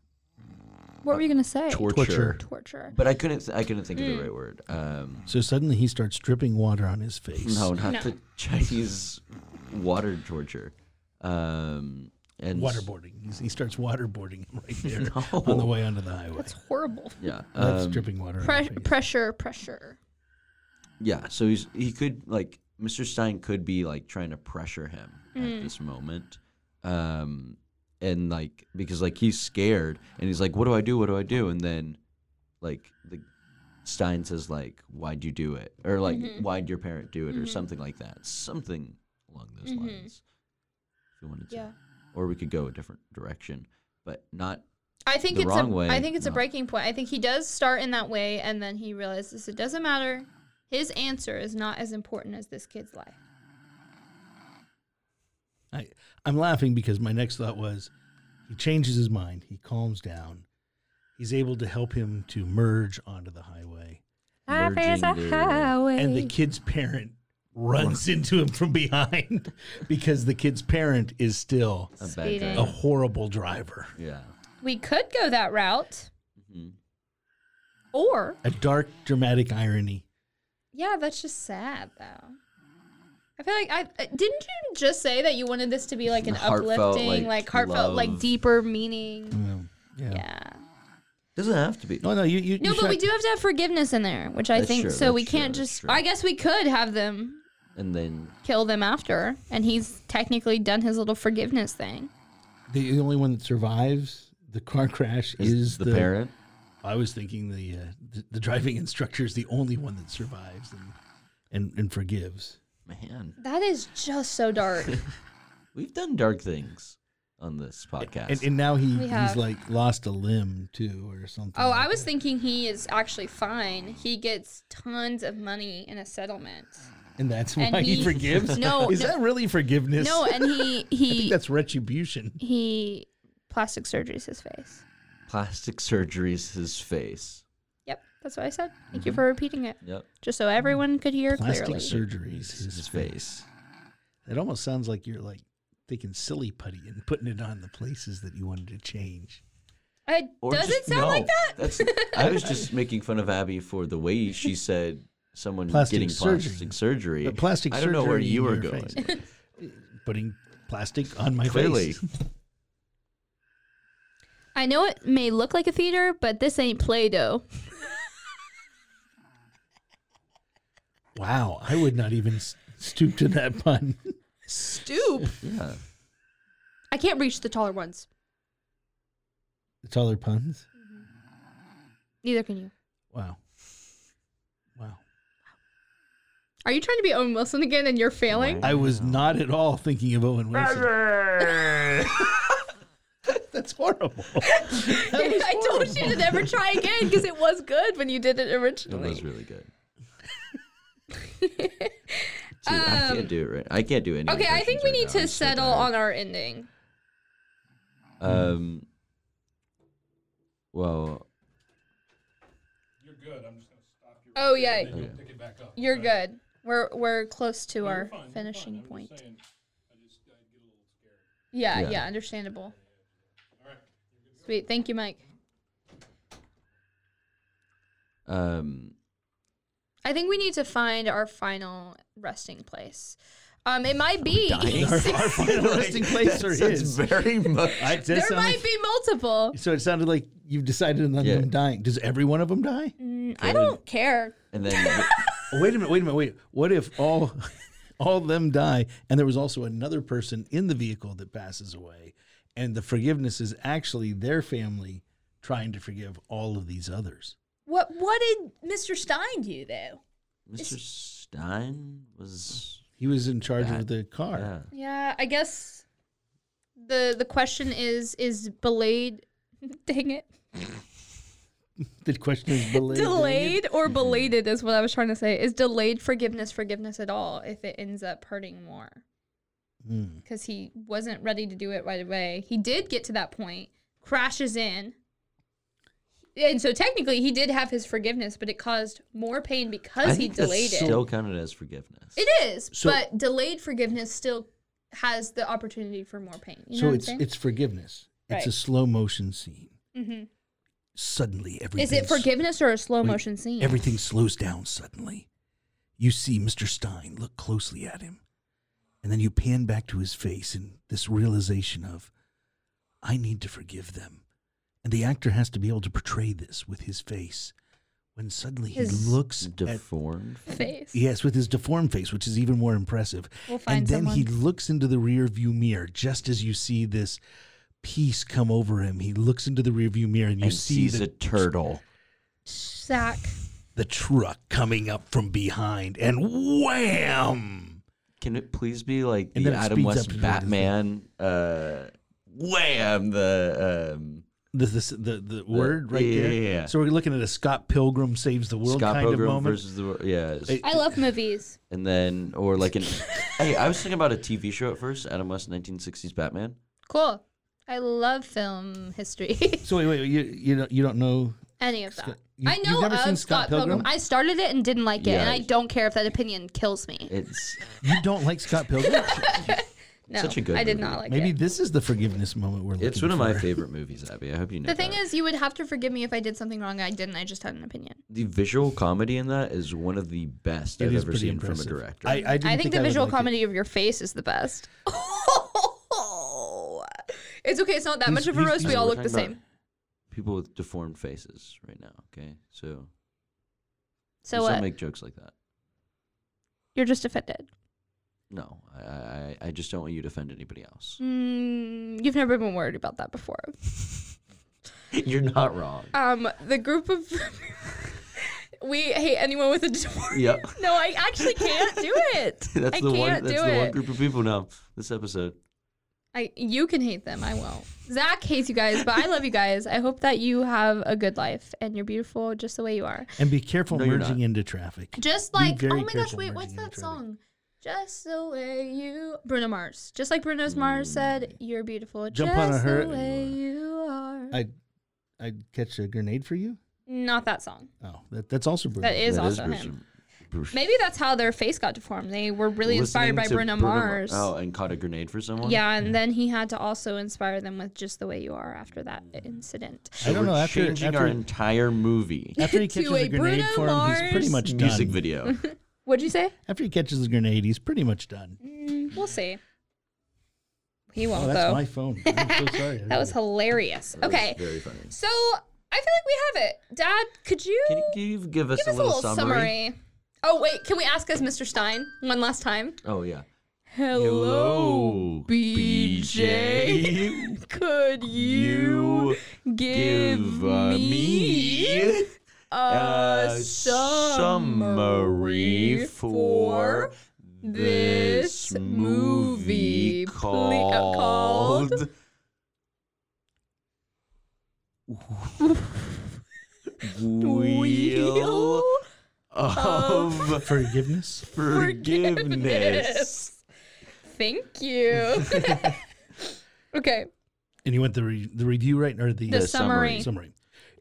Speaker 2: What were you gonna say? Hmm.
Speaker 1: torture.
Speaker 3: Torture.
Speaker 2: Torture.
Speaker 1: But I couldn't. Th- I couldn't think of the right word. Um,
Speaker 3: so suddenly he starts dripping water on his face.
Speaker 1: no, not
Speaker 2: No.
Speaker 1: the Chinese water torture. Um, and s-
Speaker 3: waterboarding. He's, he starts waterboarding him
Speaker 1: [laughs]
Speaker 3: right there
Speaker 1: No.
Speaker 3: on the way onto the highway.
Speaker 2: That's horrible.
Speaker 1: Yeah,
Speaker 3: That's
Speaker 1: um,
Speaker 3: dripping water. on
Speaker 2: Pre-
Speaker 3: his face.
Speaker 2: pressure, pressure.
Speaker 1: Yeah, so he's he could like Mr. Stein could be like trying to pressure him
Speaker 2: Mm.
Speaker 1: at this moment, um, and like because like he's scared and he's like, what do I do? What do I do? And then, like the Stein says like, why'd you do it? Or like,
Speaker 2: Mm-hmm.
Speaker 1: why'd your parent do it? Or something like that. Something along those lines. If you wanted to,
Speaker 2: Mm-hmm. Yeah.
Speaker 1: or we could go a different direction, but not.
Speaker 2: I think
Speaker 1: The
Speaker 2: it's
Speaker 1: wrong
Speaker 2: a,
Speaker 1: way,
Speaker 2: I think it's a
Speaker 1: no.
Speaker 2: breaking point. I think he does start in that way, and then he realizes it doesn't matter. His answer is not as important as this kid's life.
Speaker 3: I, I'm laughing because my next thought was he changes his mind. He calms down. He's able to help him to merge onto the highway.
Speaker 1: merging their-
Speaker 3: And the kid's parent runs into him from behind [laughs] because the kid's parent is still
Speaker 1: a bad
Speaker 2: Speeding.
Speaker 3: a
Speaker 1: guy.
Speaker 3: horrible driver.
Speaker 1: Yeah.
Speaker 2: We could go that route,
Speaker 1: Mhm.
Speaker 2: or
Speaker 3: A dark, dramatic irony.
Speaker 2: yeah, that's just sad though. I feel like I uh, didn't you just say that you wanted this to be like an
Speaker 1: Heartfelt,
Speaker 2: uplifting,
Speaker 1: like,
Speaker 2: like, heartfelt, like
Speaker 1: love. Mm.
Speaker 2: deeper meaning.
Speaker 3: Um, Yeah.
Speaker 2: Yeah.
Speaker 1: Doesn't have to be.
Speaker 3: No, no, you. you
Speaker 2: No,
Speaker 3: you
Speaker 2: but we
Speaker 3: shot-
Speaker 2: do have to have forgiveness in there, which I
Speaker 1: That's
Speaker 2: think
Speaker 1: true,
Speaker 2: so. We
Speaker 1: that's true,
Speaker 2: can't
Speaker 1: that's
Speaker 2: just.
Speaker 1: true.
Speaker 2: I guess we could have them
Speaker 1: And then
Speaker 2: kill them after, and he's technically done his little forgiveness thing.
Speaker 3: The, the only one that survives the car crash is,
Speaker 1: the, parent.
Speaker 3: I was thinking the, uh, the the driving [laughs] instructor is the only one that survives and and, and forgives.
Speaker 1: Man,
Speaker 2: That is just
Speaker 1: [laughs]
Speaker 2: so dark.
Speaker 1: we've done dark things on this podcast.
Speaker 3: And, and now he,
Speaker 2: We
Speaker 3: he's
Speaker 2: have.
Speaker 3: like lost a limb too or something.
Speaker 2: oh,
Speaker 3: like
Speaker 2: I was
Speaker 3: that.
Speaker 2: thinking he is actually fine. He gets tons of money in a settlement.
Speaker 3: and that's
Speaker 2: and
Speaker 3: why he,
Speaker 2: he- [laughs]
Speaker 3: forgives.
Speaker 2: No,
Speaker 3: [laughs] is
Speaker 2: no.
Speaker 3: that really forgiveness?
Speaker 2: No, and he
Speaker 3: [laughs] I think
Speaker 2: he
Speaker 3: that's retribution.
Speaker 2: he plastic surgeries his face.
Speaker 1: Plastic surgeries his face.
Speaker 2: Yep, that's what I said. Thank you for repeating it,
Speaker 1: Yep.
Speaker 2: just so everyone could hear
Speaker 3: Mm-hmm. Plastic
Speaker 2: clearly.
Speaker 3: surgeries. His,
Speaker 1: his
Speaker 3: face.
Speaker 1: face.
Speaker 3: It almost sounds like you're like thinking silly putty and putting it on the places that you wanted to change.
Speaker 2: I, Uh, does it
Speaker 1: just-
Speaker 2: sound
Speaker 1: no,
Speaker 2: like that?
Speaker 1: That's, I was just making fun of Abby for the way
Speaker 3: [laughs]
Speaker 1: she said someone
Speaker 3: Plastic
Speaker 1: getting
Speaker 3: surgery.
Speaker 1: plastic surgery.
Speaker 3: But plastic
Speaker 1: I don't know where
Speaker 3: surgery
Speaker 1: you
Speaker 3: in
Speaker 1: were
Speaker 3: your
Speaker 1: going.
Speaker 3: face. Putting plastic on my
Speaker 1: Clearly.
Speaker 3: face.
Speaker 2: [laughs]
Speaker 3: [laughs]
Speaker 2: I know it may look like a theater, but this ain't Play-Doh.
Speaker 3: Wow, I would not even s- stoop to that [laughs] pun.
Speaker 2: Stoop.
Speaker 1: Yeah.
Speaker 2: I can't reach the taller ones.
Speaker 3: It's all their puns.
Speaker 2: Neither can you.
Speaker 3: Wow. Wow.
Speaker 2: Are you trying to be Owen Wilson again and you're failing?
Speaker 3: I was not at all thinking of Owen Wilson. [laughs] That's horrible.
Speaker 2: [laughs] I told you to never try again because it was good when you did it
Speaker 1: It
Speaker 2: originally.
Speaker 1: was really
Speaker 2: [laughs]
Speaker 1: good. Dude, I can't do it right. I can't do any.
Speaker 2: Um, okay, I think we need
Speaker 1: impressions
Speaker 2: to
Speaker 1: right
Speaker 2: settle
Speaker 1: now.
Speaker 2: on our ending.
Speaker 1: I'm so tired. Um. Well,
Speaker 2: Oh yeah,
Speaker 1: okay.
Speaker 2: you're good. We're we're close to our finishing point. yeah, yeah,
Speaker 1: Yeah.
Speaker 2: understandable. Sweet, thank you, Mike.
Speaker 1: Um,
Speaker 2: I think we need to find our final resting place. Um, it might be. [laughs]
Speaker 1: dying? [laughs]
Speaker 3: Our, our final resting place or
Speaker 1: sounds
Speaker 3: his?
Speaker 1: very much.
Speaker 3: I- that
Speaker 2: there
Speaker 3: sounded-
Speaker 2: might be multiple.
Speaker 3: So it sounded like you've decided on
Speaker 1: Yeah.
Speaker 3: them dying. Does every one of them die?
Speaker 2: Mm, I don't care.
Speaker 1: and then
Speaker 2: [laughs]
Speaker 3: Oh, wait a minute. Wait a minute. Wait. What if all [laughs] all of them die, and there was also another person in the vehicle that passes away, and the forgiveness is actually their family trying to forgive all of these others?
Speaker 2: What What did Mr. Stein do though?
Speaker 1: Mr. Stein was.
Speaker 3: He was uh, in charge of
Speaker 1: That-
Speaker 3: the car.
Speaker 1: Yeah.
Speaker 2: Yeah, I guess the the question is is belayed. [laughs] Dang it.
Speaker 3: The
Speaker 2: [laughs]
Speaker 3: question is belated.
Speaker 2: delayed or belated is what I was trying to say. Is delayed forgiveness forgiveness at all if it ends up hurting more?
Speaker 3: Mm.
Speaker 2: Because he wasn't ready to do it right away. He did get to that point, crashes in. And so technically, he did have his forgiveness, but it caused more pain
Speaker 1: I
Speaker 2: because he
Speaker 1: think that's
Speaker 2: delayed it.
Speaker 1: Still counted as forgiveness.
Speaker 2: it is,
Speaker 3: So-
Speaker 2: but delayed forgiveness still has the opportunity for more pain. You know
Speaker 3: so
Speaker 2: what
Speaker 3: it's
Speaker 2: I'm saying?
Speaker 3: it's forgiveness. It's a
Speaker 2: Right.
Speaker 3: slow motion scene.
Speaker 2: Mhm.
Speaker 3: Suddenly, everything
Speaker 2: Is it forgiveness or a slow
Speaker 3: Wait,
Speaker 2: motion scene?
Speaker 3: Everything slows down suddenly. You see Mr. Stein look closely at him, and then you pan back to his face and this realization of, I need to forgive them. And the actor has to be able to portray this with his face. When suddenly
Speaker 2: His-
Speaker 3: he looks at
Speaker 1: Deformed.
Speaker 2: face.
Speaker 3: Yes, with his deformed face, which is even more impressive.
Speaker 2: We'll find
Speaker 3: and then he
Speaker 2: someone.
Speaker 3: looks into the rear view mirror just as you see this peace come over him. He looks into the rear view mirror and you
Speaker 1: and
Speaker 3: see
Speaker 1: sees
Speaker 3: the,
Speaker 1: a turtle.
Speaker 2: Sack.
Speaker 3: the truck coming up from behind and wham!
Speaker 1: Can it please be like
Speaker 3: And
Speaker 1: the
Speaker 3: then it
Speaker 1: Adam
Speaker 3: speeds
Speaker 1: West
Speaker 3: up and
Speaker 1: Batman? Uh, wham! The um,
Speaker 3: The, the, the, the word right
Speaker 1: yeah,
Speaker 3: there.
Speaker 1: yeah, yeah.
Speaker 3: So we're looking at a Scott Pilgrim saves the world
Speaker 1: Scott
Speaker 3: kind
Speaker 1: Pilgrim
Speaker 3: of moment.
Speaker 1: versus the wor- yeah,
Speaker 3: Hey.
Speaker 2: I love movies.
Speaker 1: and then or like
Speaker 3: [laughs]
Speaker 1: an. hey, I was thinking about a TV show at first. Adam West, 1960s Batman.
Speaker 2: Cool. I love film history. [laughs]
Speaker 3: So wait, wait, you you don't you don't know?
Speaker 2: Any of that.
Speaker 3: You-
Speaker 2: I
Speaker 3: you've
Speaker 2: know
Speaker 3: never
Speaker 2: of
Speaker 3: seen
Speaker 2: Scott,
Speaker 3: Scott
Speaker 2: Pilgrim?
Speaker 3: Pilgrim?
Speaker 2: I started it and didn't like it, and
Speaker 1: Yeah.
Speaker 2: I don't care if that opinion kills me.
Speaker 1: It's
Speaker 3: You don't like
Speaker 1: [laughs]
Speaker 3: Scott Pilgrim?
Speaker 2: No,
Speaker 1: such a good
Speaker 2: I did
Speaker 1: movie.
Speaker 2: not like
Speaker 3: Maybe
Speaker 2: it.
Speaker 3: this is the forgiveness moment we're looking
Speaker 1: it's one of my
Speaker 3: for.
Speaker 1: favorite movies, Abby. I hope you know.
Speaker 2: The thing
Speaker 1: that.
Speaker 2: is, you would have to forgive me if I did something wrong. I didn't. I just had an opinion.
Speaker 1: the visual comedy in that is one of the best
Speaker 3: It
Speaker 1: I've
Speaker 3: is
Speaker 1: ever
Speaker 3: pretty
Speaker 1: seen
Speaker 3: impressive.
Speaker 1: from a director.
Speaker 3: I, I, didn't
Speaker 2: I think, the
Speaker 3: would
Speaker 2: visual
Speaker 3: like it.
Speaker 2: comedy of your face is the best. [laughs] it's okay. It's not that
Speaker 3: He's-
Speaker 2: much of a
Speaker 3: he's-
Speaker 2: roast. We
Speaker 3: he's-
Speaker 2: all
Speaker 1: We're
Speaker 2: look the
Speaker 1: talking about
Speaker 2: same.
Speaker 1: People with deformed faces right now. Okay, so
Speaker 2: So
Speaker 1: just
Speaker 2: what?
Speaker 1: don't make jokes like that.
Speaker 2: You're just offended.
Speaker 1: No, I, I, I just don't want you to offend anybody else. [laughs]
Speaker 2: Mm, you've never been worried about that before.
Speaker 1: You're not wrong. [laughs]
Speaker 2: Um, the group of [laughs] we hate anyone with a disability.
Speaker 1: Yep.
Speaker 2: [laughs] No, I actually can't do
Speaker 3: [laughs]
Speaker 2: it.
Speaker 1: That's
Speaker 2: I
Speaker 1: the one.
Speaker 2: can't
Speaker 1: That's
Speaker 2: do
Speaker 1: the
Speaker 2: it.
Speaker 1: one group of people now. This episode.
Speaker 2: I you can hate them. I won't. Zach hates you guys, but I love you guys. I hope that you have a good life and you're beautiful just the way you are.
Speaker 3: And be careful
Speaker 1: No, you're
Speaker 3: merging
Speaker 1: not.
Speaker 3: into traffic.
Speaker 2: Just
Speaker 3: Be
Speaker 2: like
Speaker 3: very
Speaker 2: oh my gosh,
Speaker 3: careful
Speaker 2: wait,
Speaker 3: merging
Speaker 2: what's
Speaker 3: into
Speaker 2: that
Speaker 3: traffic.
Speaker 2: song? Just the way you Bruno Mars. Just like Bruno Mars said, you're beautiful
Speaker 3: Mm. Jump
Speaker 2: just
Speaker 3: on a hur-
Speaker 2: the way you are.
Speaker 3: I'd I'd catch a grenade for you.
Speaker 2: Not that song.
Speaker 3: Oh, that, that's also brutal.
Speaker 2: That is
Speaker 1: That
Speaker 2: also
Speaker 1: Bruce-
Speaker 2: him.
Speaker 1: Bruce-
Speaker 2: Maybe that's how their face got deformed. They were really inspired
Speaker 1: listening
Speaker 2: by
Speaker 1: to
Speaker 2: Bruno,
Speaker 1: Mar-
Speaker 2: Mars.
Speaker 1: Oh, and caught a grenade for someone.
Speaker 2: yeah, and then he had to also inspire them with just the way you are after that incident.
Speaker 3: I don't
Speaker 1: We're
Speaker 3: know. After
Speaker 1: changing
Speaker 3: after,
Speaker 1: our entire movie
Speaker 3: after
Speaker 2: [laughs]
Speaker 3: he
Speaker 2: To
Speaker 3: catches
Speaker 2: a
Speaker 3: a grenade
Speaker 2: Bruno
Speaker 3: for him, he's pretty
Speaker 2: Mars
Speaker 3: [laughs] much done.
Speaker 1: music
Speaker 2: [laughs]
Speaker 1: video.
Speaker 2: What'd you say?
Speaker 3: After he catches the grenade, he's pretty much done.
Speaker 2: Mm, we'll see. He
Speaker 3: Oh,
Speaker 2: won't
Speaker 3: that's
Speaker 2: though.
Speaker 3: my phone. I'm
Speaker 2: [laughs]
Speaker 3: so sorry.
Speaker 2: That
Speaker 3: [laughs]
Speaker 2: was hilarious. Okay,
Speaker 1: Very funny.
Speaker 2: so I feel like we have it. Dad, could you,
Speaker 1: Can you, can you give us
Speaker 2: give
Speaker 1: a little, summary?
Speaker 2: Oh wait, can we ask us, Mr. Stein, one last time?
Speaker 1: Oh yeah.
Speaker 2: Hello, BJ. [laughs] Could you, give,
Speaker 1: uh,
Speaker 2: me a,
Speaker 1: a
Speaker 2: summary for this movie ple- called-
Speaker 1: Wheel of
Speaker 3: forgiveness.
Speaker 1: Forgiveness.
Speaker 2: Thank you. [laughs] okay,
Speaker 3: And you want the re- the review right or the,
Speaker 2: the
Speaker 1: The
Speaker 2: summary.
Speaker 1: summary.
Speaker 3: summary?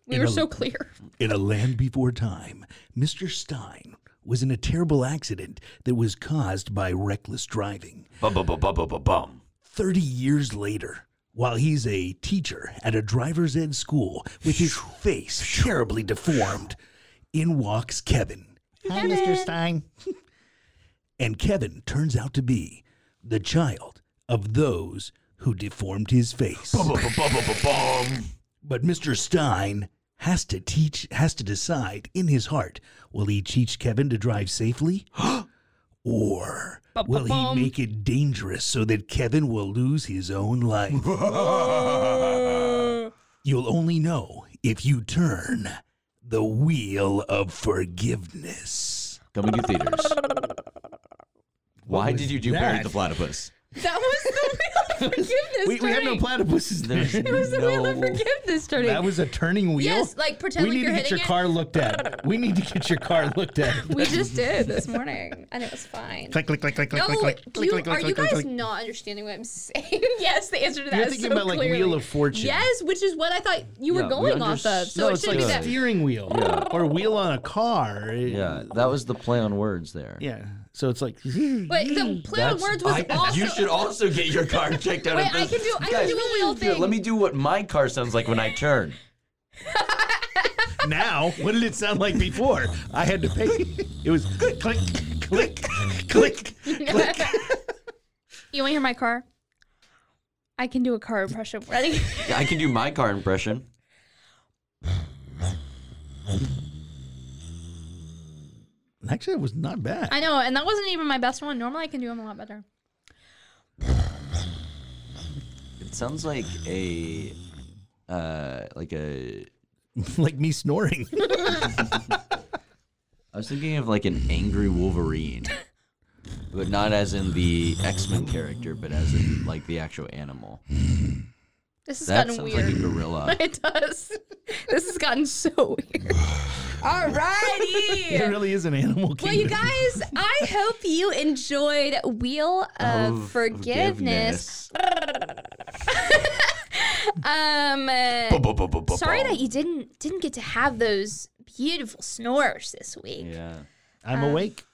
Speaker 2: We
Speaker 3: In
Speaker 2: were
Speaker 3: a-
Speaker 2: so clear.
Speaker 3: In a land before time, Mr. Stein was in a terrible accident that was caused by reckless driving.
Speaker 1: Bum bum bum bum bum bum bum.
Speaker 3: 30 years later, while he's a teacher at a driver's ed school with his face terribly deformed, in walks Kevin. Hi, Mr. Stein. and Kevin turns out to be the child of those who deformed his face. But Mr. Stein has to teach has to decide in his heart will he teach Kevin to
Speaker 1: [gasps]
Speaker 3: drive safely or will he
Speaker 2: Ba-ba-bum.
Speaker 3: make it dangerous so that Kevin will lose his own
Speaker 1: [laughs]
Speaker 3: life? You'll only know if you turn the wheel of forgiveness.
Speaker 1: Coming to theaters. Why
Speaker 3: was
Speaker 1: did you do
Speaker 3: that?
Speaker 1: Parent the Platypus?
Speaker 2: That was the wheel of [laughs] forgiveness.
Speaker 3: We, we have no
Speaker 2: turning.
Speaker 3: platypuses
Speaker 1: There's
Speaker 3: there.
Speaker 2: [laughs] It was the wheel of
Speaker 1: no-
Speaker 2: forgiveness turning.
Speaker 3: That was a turning wheel.
Speaker 2: Yes, like pretend
Speaker 3: we
Speaker 2: like
Speaker 3: need
Speaker 2: you're
Speaker 3: to get
Speaker 2: hitting
Speaker 3: your
Speaker 2: it.
Speaker 3: car looked at. We need to get your car looked at.
Speaker 2: [laughs]
Speaker 3: [laughs]
Speaker 2: we just did this morning, and it was fine.
Speaker 3: click, click, click, click,
Speaker 2: No,
Speaker 3: click, click, click,
Speaker 2: you,
Speaker 3: click, click,
Speaker 2: are you
Speaker 3: click, click,
Speaker 2: guys
Speaker 3: click.
Speaker 2: not understanding what I'm [laughs] saying? yes, the answer to that
Speaker 3: You're
Speaker 2: is
Speaker 3: thinking
Speaker 2: so
Speaker 3: about like
Speaker 2: clearly.
Speaker 3: Wheel of Fortune.
Speaker 2: Yes, which is what I thought you
Speaker 1: Yeah,
Speaker 2: were
Speaker 1: we
Speaker 2: going off
Speaker 1: underst-
Speaker 2: of. So
Speaker 3: no,
Speaker 2: it
Speaker 3: it's
Speaker 2: should
Speaker 3: like
Speaker 2: be
Speaker 3: a
Speaker 2: that.
Speaker 3: steering wheel
Speaker 1: Yeah.
Speaker 3: or wheel on a car.
Speaker 1: Yeah, that was the play on words there.
Speaker 3: Yeah. So it's like.
Speaker 2: But the [laughs] play on
Speaker 1: That's-
Speaker 2: words was
Speaker 1: I-
Speaker 2: also.
Speaker 1: You should
Speaker 2: [laughs]
Speaker 1: also get your car checked out.
Speaker 2: Wait,
Speaker 1: at
Speaker 2: I
Speaker 1: this-
Speaker 2: can do- I can
Speaker 1: Guys,
Speaker 2: do a wheel
Speaker 1: here,
Speaker 2: thing.
Speaker 1: Let me do what my car sounds like when I
Speaker 2: [laughs]
Speaker 1: turn.
Speaker 3: [laughs] now, what did it sound like before? I had to pay. It was click, click, click, click.
Speaker 2: [laughs] you want to hear my car? I can do a car impression. Ready?
Speaker 1: I can do my car impression.
Speaker 3: Actually, it was not bad.
Speaker 2: [laughs] I know, and that wasn't even my best one. Normally, I can do them a lot better.
Speaker 1: It sounds like a uh like a
Speaker 3: [laughs] like me snoring.
Speaker 2: [laughs]
Speaker 1: I was thinking of like an angry Wolverine. But not as in the X Men character, but as in like the actual animal.
Speaker 2: This has
Speaker 1: That
Speaker 2: gotten
Speaker 1: sounds
Speaker 2: weird.
Speaker 1: like a gorilla.
Speaker 2: [laughs] it does. [laughs] this has gotten so weird.
Speaker 3: it
Speaker 2: Alrighty.
Speaker 3: really is an animal kingdom.
Speaker 2: Well, you guys, I hope you enjoyed Wheel of,
Speaker 1: Of
Speaker 2: uh, Forgiveness. Um, uh, sorry that you didn't didn't get to have those beautiful snores this week.
Speaker 1: Yeah.
Speaker 3: I'm
Speaker 2: uh,
Speaker 3: awake.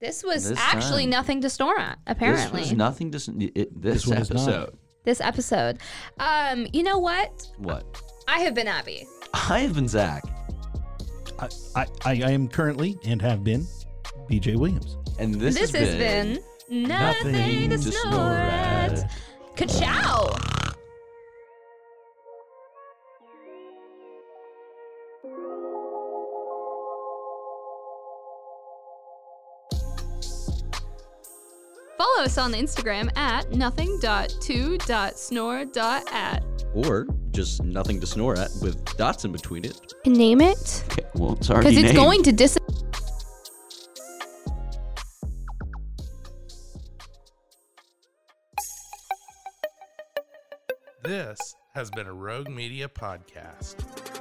Speaker 2: This was
Speaker 1: This
Speaker 2: actually
Speaker 1: time.
Speaker 2: nothing to snore at. Apparently,
Speaker 1: This was nothing to s- it, this,
Speaker 3: This one is not.
Speaker 1: episode.
Speaker 2: this episode. Um, you know what?
Speaker 1: What?
Speaker 2: I have been Abby.
Speaker 1: I have been Zach,
Speaker 3: I, I, I am currently and have been BJ Williams.
Speaker 1: and this,
Speaker 2: This, has been, nothing, to snore at. Ka-chow! Follow us on Instagram at nothing.2.snore.at.
Speaker 1: or just nothing to snore at with dots in between it.
Speaker 2: And name it,
Speaker 1: Okay, well, it's
Speaker 2: because
Speaker 1: already
Speaker 2: it's
Speaker 1: named.
Speaker 2: going to dis.
Speaker 5: This has been a Rogue Media podcast.